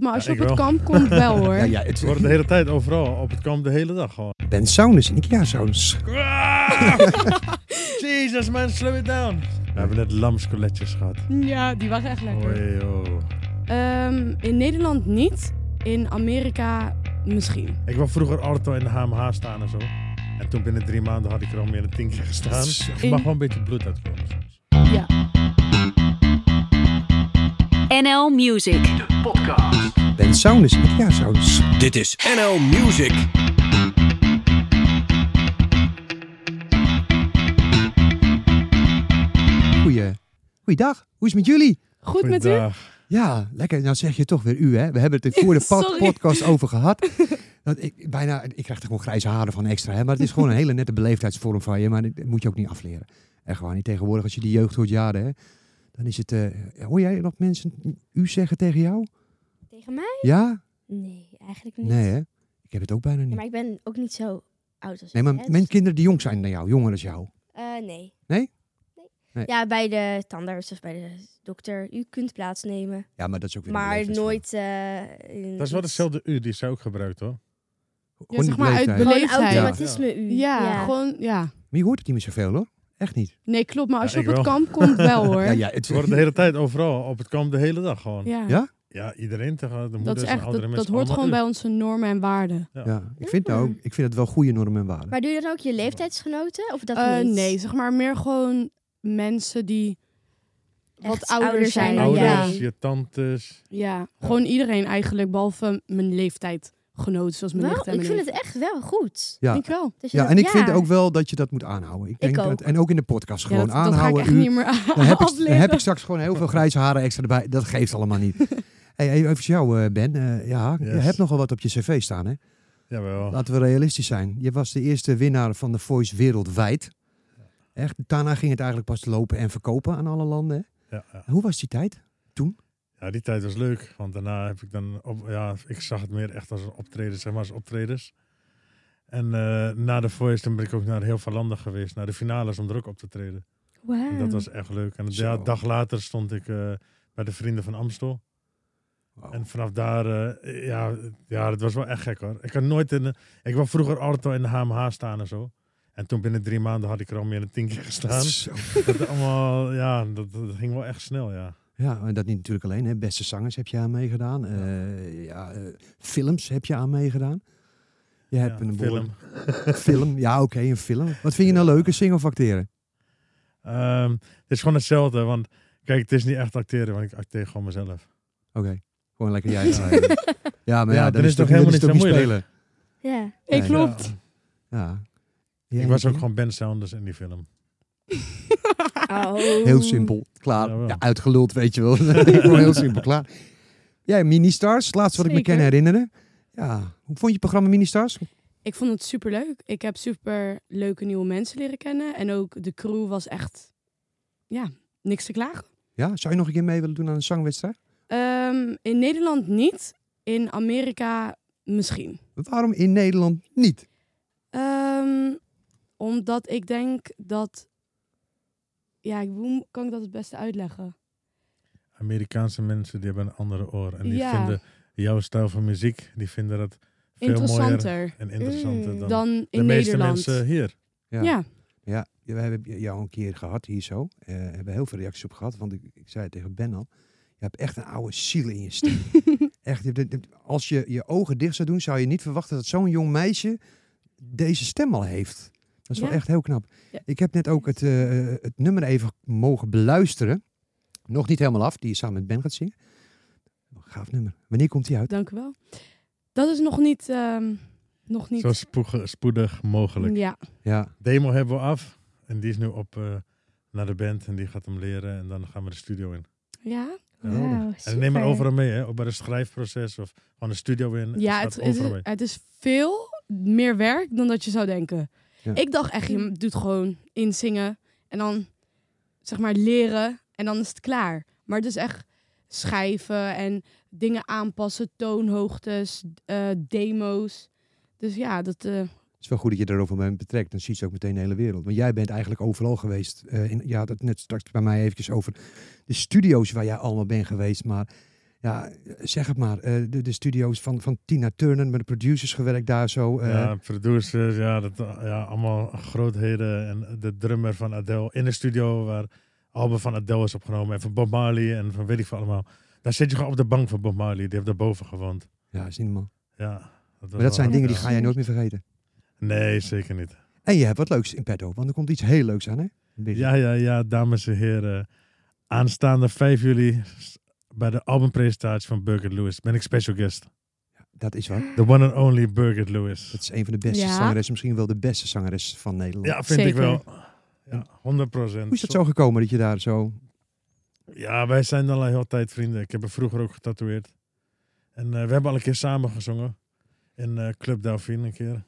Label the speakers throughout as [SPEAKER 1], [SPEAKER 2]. [SPEAKER 1] Maar als
[SPEAKER 2] Ja,
[SPEAKER 1] je
[SPEAKER 2] ik
[SPEAKER 1] op het
[SPEAKER 2] wel.
[SPEAKER 1] kamp komt, wel hoor.
[SPEAKER 3] Ja, ja, het
[SPEAKER 2] Het wordt de hele tijd overal, op het kamp de hele dag gewoon.
[SPEAKER 3] Ben Saunus en Ikea Saunus.
[SPEAKER 2] Jesus man, slow it down. We hebben net lamscoletjes gehad.
[SPEAKER 1] Ja, die was echt lekker.
[SPEAKER 2] Oei, joh.
[SPEAKER 1] Ehm, in Nederland niet. In Amerika misschien.
[SPEAKER 2] Ik wou vroeger Arto in de HMH staan en zo. En toen binnen drie maanden had ik er al meer een tien keer gestaan. Er
[SPEAKER 1] In-
[SPEAKER 2] mag wel een beetje bloed uitkomen soms.
[SPEAKER 1] Ja.
[SPEAKER 4] NL Music.
[SPEAKER 3] Ben Saunus en Ikea Saunus.
[SPEAKER 5] Dit is NL Music.
[SPEAKER 3] Goeie. Goeiedag. Hoe is het met jullie?
[SPEAKER 1] Goed met u?
[SPEAKER 2] Goeiedag.
[SPEAKER 3] Ja, lekker. Nou zeg je toch weer u, hè? We hebben het er voor de pod-
[SPEAKER 1] Sorry.
[SPEAKER 3] podcast over gehad. Dat ik, bijna, ik krijg er gewoon grijze haren van extra, hè? Maar het is gewoon een hele nette beleefdheidsvorm van je. Maar dat moet je ook niet afleren. Echt gewoon niet. Tegenwoordig, als je die jeugd hoort jaren, hè? Dan is het... eh, hoor jij dat mensen u zeggen tegen jou?
[SPEAKER 6] Tegen mij?
[SPEAKER 3] Ja?
[SPEAKER 6] Nee, eigenlijk niet.
[SPEAKER 3] Nee, hè? Ik heb het ook bijna
[SPEAKER 6] Ja,
[SPEAKER 3] niet.
[SPEAKER 6] maar ik ben ook niet zo oud als
[SPEAKER 3] Nee, maar
[SPEAKER 6] jij, hè,
[SPEAKER 3] mijn
[SPEAKER 6] dus-
[SPEAKER 3] kinderen die jong zijn dan jou, jonger dan jou.
[SPEAKER 6] Eh, nee.
[SPEAKER 3] Nee?
[SPEAKER 6] Nee.
[SPEAKER 3] Nee.
[SPEAKER 6] Ja, bij de tandarts of bij de dokter. U kunt plaatsnemen,
[SPEAKER 3] Ja, maar dat is ook weer een
[SPEAKER 6] maar
[SPEAKER 3] beleefdheidsvorm.
[SPEAKER 6] nooit... eh, in
[SPEAKER 2] Dat is wel
[SPEAKER 6] iets-
[SPEAKER 2] hetzelfde uur, die zij ook gebruikt hoor.
[SPEAKER 3] Gewoon
[SPEAKER 1] zeg
[SPEAKER 3] die
[SPEAKER 1] maar uit
[SPEAKER 3] leeftijd.
[SPEAKER 1] bele-
[SPEAKER 6] Gewoon
[SPEAKER 1] Beleefdheid.
[SPEAKER 6] automatisme u.
[SPEAKER 1] Ja, gewoon, ja.
[SPEAKER 3] Maar je hoort het niet meer zoveel hoor. Echt niet.
[SPEAKER 1] Nee, klopt. Maar als
[SPEAKER 2] Ja,
[SPEAKER 1] je
[SPEAKER 2] ik
[SPEAKER 1] op het
[SPEAKER 2] wel.
[SPEAKER 1] kamp komt, wel hoor.
[SPEAKER 3] Ja,
[SPEAKER 1] Ja,
[SPEAKER 3] ja, het
[SPEAKER 2] Ze worden de hele tijd overal, op het kamp de hele dag gewoon. Ja,
[SPEAKER 1] ja.
[SPEAKER 3] Ja?
[SPEAKER 2] iedereen tegen de moeders
[SPEAKER 1] Dat, is
[SPEAKER 2] en
[SPEAKER 1] echt,
[SPEAKER 2] oudere
[SPEAKER 1] dat, dat
[SPEAKER 2] mensen.
[SPEAKER 1] hoort gewoon bij
[SPEAKER 2] allemaal
[SPEAKER 1] onze normen en waarden.
[SPEAKER 3] Ja, ik vind, nou, ook- ik vind het wel goede normen en waarden.
[SPEAKER 6] Maar doe je dan ook je leeftijdsgenoten? Of dat
[SPEAKER 1] Eh,
[SPEAKER 6] niet?
[SPEAKER 1] nee, zeg maar meer gewoon mensen die wat
[SPEAKER 6] Echt
[SPEAKER 1] ouder,
[SPEAKER 6] ouder
[SPEAKER 1] zijn.
[SPEAKER 6] zijn
[SPEAKER 2] je
[SPEAKER 6] dan
[SPEAKER 1] ja.
[SPEAKER 6] jij.
[SPEAKER 2] Ouders, je tantes.
[SPEAKER 1] Ja, gewoon iedereen eigenlijk, behalve mijn leeftijdgenoten, zoals mijn
[SPEAKER 6] Wel,
[SPEAKER 1] nicht en
[SPEAKER 6] ik
[SPEAKER 1] mijn
[SPEAKER 6] vind het echt wel goed.
[SPEAKER 3] Ja.
[SPEAKER 1] Ik wel.
[SPEAKER 6] Dat je
[SPEAKER 3] Ja,
[SPEAKER 6] dat-
[SPEAKER 3] en ik vind ook wel dat je dat moet aanhouden. Ik denk
[SPEAKER 6] ook.
[SPEAKER 3] Dat, en ook in de podcast
[SPEAKER 1] Ja,
[SPEAKER 3] gewoon
[SPEAKER 1] dat, dat ga ik
[SPEAKER 3] aanhouden.
[SPEAKER 1] echt
[SPEAKER 3] u-
[SPEAKER 1] niet meer aan.
[SPEAKER 3] dan, heb ik, dan heb ik straks gewoon heel veel grijze haren extra erbij. Dat geeft allemaal niet. Hey, hey, even jou, eh, Ben. Eh, ja, je
[SPEAKER 2] Yes. Oh.
[SPEAKER 3] hebt nogal wat op je cv staan, hè?
[SPEAKER 2] Jawel.
[SPEAKER 3] Laten we realistisch zijn. Je was de eerste winnaar van de Voice wereldwijd. Echt, daarna ging het eigenlijk pas lopen en verkopen aan alle landen. hè?
[SPEAKER 2] Ja, ja.
[SPEAKER 3] Hoe was die tijd?
[SPEAKER 2] ja, die tijd was leuk. Want daarna heb ik dan, op, ja, ik zag het meer echt als een optreden, zeg maar als optredens. En eh, na de Voice toen ben ik ook naar heel veel landen geweest. Naar de finales om er ook op te treden. En
[SPEAKER 6] Wauw.
[SPEAKER 2] dat was echt leuk. En
[SPEAKER 3] Mm. Zo.
[SPEAKER 2] een dag later stond ik eh, bij de Vrienden van Amstel.
[SPEAKER 3] Wow.
[SPEAKER 2] En vanaf daar, eh, ja, ja, dat was wel echt gek hoor. Ik had nooit in, de- ik wou vroeger Arto in de HMH staan en zo. En toen binnen drie maanden had ik er al meer dan tien keer gestaan.
[SPEAKER 3] Zo.
[SPEAKER 2] dat, allemaal, ja, dat, dat ging wel echt snel, ja.
[SPEAKER 3] Ja, en dat niet natuurlijk alleen. Hè. Beste zangers heb je aan meegedaan. Eh, ja, eh, films heb je aan meegedaan. Je hebt
[SPEAKER 2] Ja,
[SPEAKER 3] een
[SPEAKER 2] film.
[SPEAKER 3] behoorlijk- film. Ja, oké, een film. Wat vind je nou leuker, zingen of acteren?
[SPEAKER 2] Ehm, het is gewoon hetzelfde, want kijk, het is niet echt acteren, want ik acteer gewoon mezelf.
[SPEAKER 3] Oké, gewoon lekker jij. zijn. ja, maar ja,
[SPEAKER 2] Ja,
[SPEAKER 3] dan,
[SPEAKER 2] dan
[SPEAKER 3] is
[SPEAKER 2] is
[SPEAKER 3] het ook
[SPEAKER 2] toch
[SPEAKER 3] helemaal niet
[SPEAKER 2] helemaal
[SPEAKER 3] zo
[SPEAKER 2] niet zo
[SPEAKER 3] spelen.
[SPEAKER 6] Ja.
[SPEAKER 1] Ik
[SPEAKER 3] Nee,
[SPEAKER 1] klopt.
[SPEAKER 2] Ja.
[SPEAKER 3] Ja.
[SPEAKER 2] Ik was ook gewoon Ben Saunders in die film.
[SPEAKER 6] Oh.
[SPEAKER 3] Heel simpel, klaar.
[SPEAKER 2] Jawel.
[SPEAKER 3] Ja, uitgeluld, weet je wel. gewoon heel simpel, klaar. Jij, Ministars, het laatste wat ik me
[SPEAKER 1] Zeker.
[SPEAKER 3] kan herinneren. Ja, hoe vond je het programma Ministars?
[SPEAKER 1] Ik vond het super leuk. Ik heb super leuke nieuwe mensen leren kennen. En ook de crew was echt, ja, niks te klagen.
[SPEAKER 3] Ja, zou je nog een keer mee willen doen aan een zangwedstrijd?
[SPEAKER 1] Ehm, in Nederland niet. In Amerika misschien.
[SPEAKER 3] Waarom in Nederland niet?
[SPEAKER 1] Ehm, omdat ik denk dat. Ja, ik- hoe kan ik dat het beste uitleggen?
[SPEAKER 2] Amerikaanse mensen die hebben een andere oor en die
[SPEAKER 1] Ja.
[SPEAKER 2] vinden jouw stijl van muziek, die vinden dat veel mooier
[SPEAKER 1] Interessanter
[SPEAKER 2] en interessanter
[SPEAKER 6] Mm,
[SPEAKER 2] dan,
[SPEAKER 1] dan in
[SPEAKER 2] de meeste
[SPEAKER 1] Nederland.
[SPEAKER 2] mensen hier.
[SPEAKER 1] ja.
[SPEAKER 3] Ja, we hebben jou een keer gehad hier zo. Eh hebben heel veel reacties op gehad. Want ik, ik zei het tegen Ben al. Je hebt echt een oude ziel in je stem. echt, je- je- als je je ogen dicht zou doen, zou je niet verwachten dat zo'n jong meisje deze stem al heeft. Dat is wel
[SPEAKER 1] Ja.
[SPEAKER 3] echt heel knap.
[SPEAKER 1] Ja.
[SPEAKER 3] Ik heb net ook het, eh, het nummer even mogen beluisteren. Nog niet helemaal af, die je samen met Ben gaat zingen. Gaaf nummer. Wanneer komt die uit?
[SPEAKER 1] dank u wel. Dat is nog niet. ehm, nog niet. Mm.
[SPEAKER 2] Zo spoeg- spoedig mogelijk.
[SPEAKER 1] ja.
[SPEAKER 3] Ja,
[SPEAKER 2] Demo hebben we af. En die is nu op eh, naar de band en die gaat hem leren. En dan gaan we de studio in.
[SPEAKER 1] Ja,
[SPEAKER 6] Wauw,
[SPEAKER 2] En neem
[SPEAKER 6] super.
[SPEAKER 2] maar overal mee, hè? Ook bij het schrijfproces of gewoon de studio in.
[SPEAKER 1] ja
[SPEAKER 2] het
[SPEAKER 1] het,
[SPEAKER 2] gaat
[SPEAKER 1] het,
[SPEAKER 2] overal mee.
[SPEAKER 1] het is veel meer werk dan dat je zou denken.
[SPEAKER 3] Ja.
[SPEAKER 1] Ik dacht echt, je doet gewoon inzingen en dan zeg maar leren en dan is het klaar. Maar het is echt schrijven en dingen aanpassen, toonhoogtes, eh, demo's. Dus ja, dat eh,
[SPEAKER 3] Het is wel goed dat je daarover bent betrekt. Dan ziet ze ook meteen de hele wereld. Want jij bent eigenlijk overal geweest. Eh in, ja, dat net straks bij mij eventjes over de studio's waar jij allemaal bent geweest. Maar Ja, zeg het maar. Eh, de, de studio's van, van Tina Turner, met de producers gewerkt daar zo. eh,
[SPEAKER 2] ja, producers, ja, dat, ja, allemaal grootheden. En de drummer van Adele in de studio waar album van Adele is opgenomen. En van Bob Marley en van weet ik veel allemaal. Daar zit je gewoon op de bank van Bob Marley. Die heeft daarboven gewoond.
[SPEAKER 3] ja, is niet normaal.
[SPEAKER 2] Ja, dat was
[SPEAKER 3] Maar dat zijn
[SPEAKER 2] wel-
[SPEAKER 3] dingen die
[SPEAKER 2] ja.
[SPEAKER 3] ga jij nooit meer vergeten.
[SPEAKER 2] Nee, zeker niet.
[SPEAKER 3] En je hebt wat leuks in petto, want er komt iets heel leuks aan, hè?
[SPEAKER 2] Ja, ja, ja, dames en heren. Aanstaande 5 juli s- bij de albumpresentatie van Burger Lewis ben ik special guest.
[SPEAKER 3] Dat is wat.
[SPEAKER 2] The one and only Burger Lewis.
[SPEAKER 3] Dat is een van de beste
[SPEAKER 1] Ja.
[SPEAKER 3] zangeressen, misschien wel de beste zangeres van Nederland.
[SPEAKER 2] Ja, vind ik
[SPEAKER 1] Zeker.
[SPEAKER 2] wel. Ja, 100 procent.
[SPEAKER 3] Hoe is dat zo gekomen dat je daar zo...
[SPEAKER 2] Ja, wij zijn al een hele tijd vrienden. Ik heb hem vroeger ook getatoeëerd. En eh, we hebben al een keer samen gezongen. In eh, Club Dauphine een keer.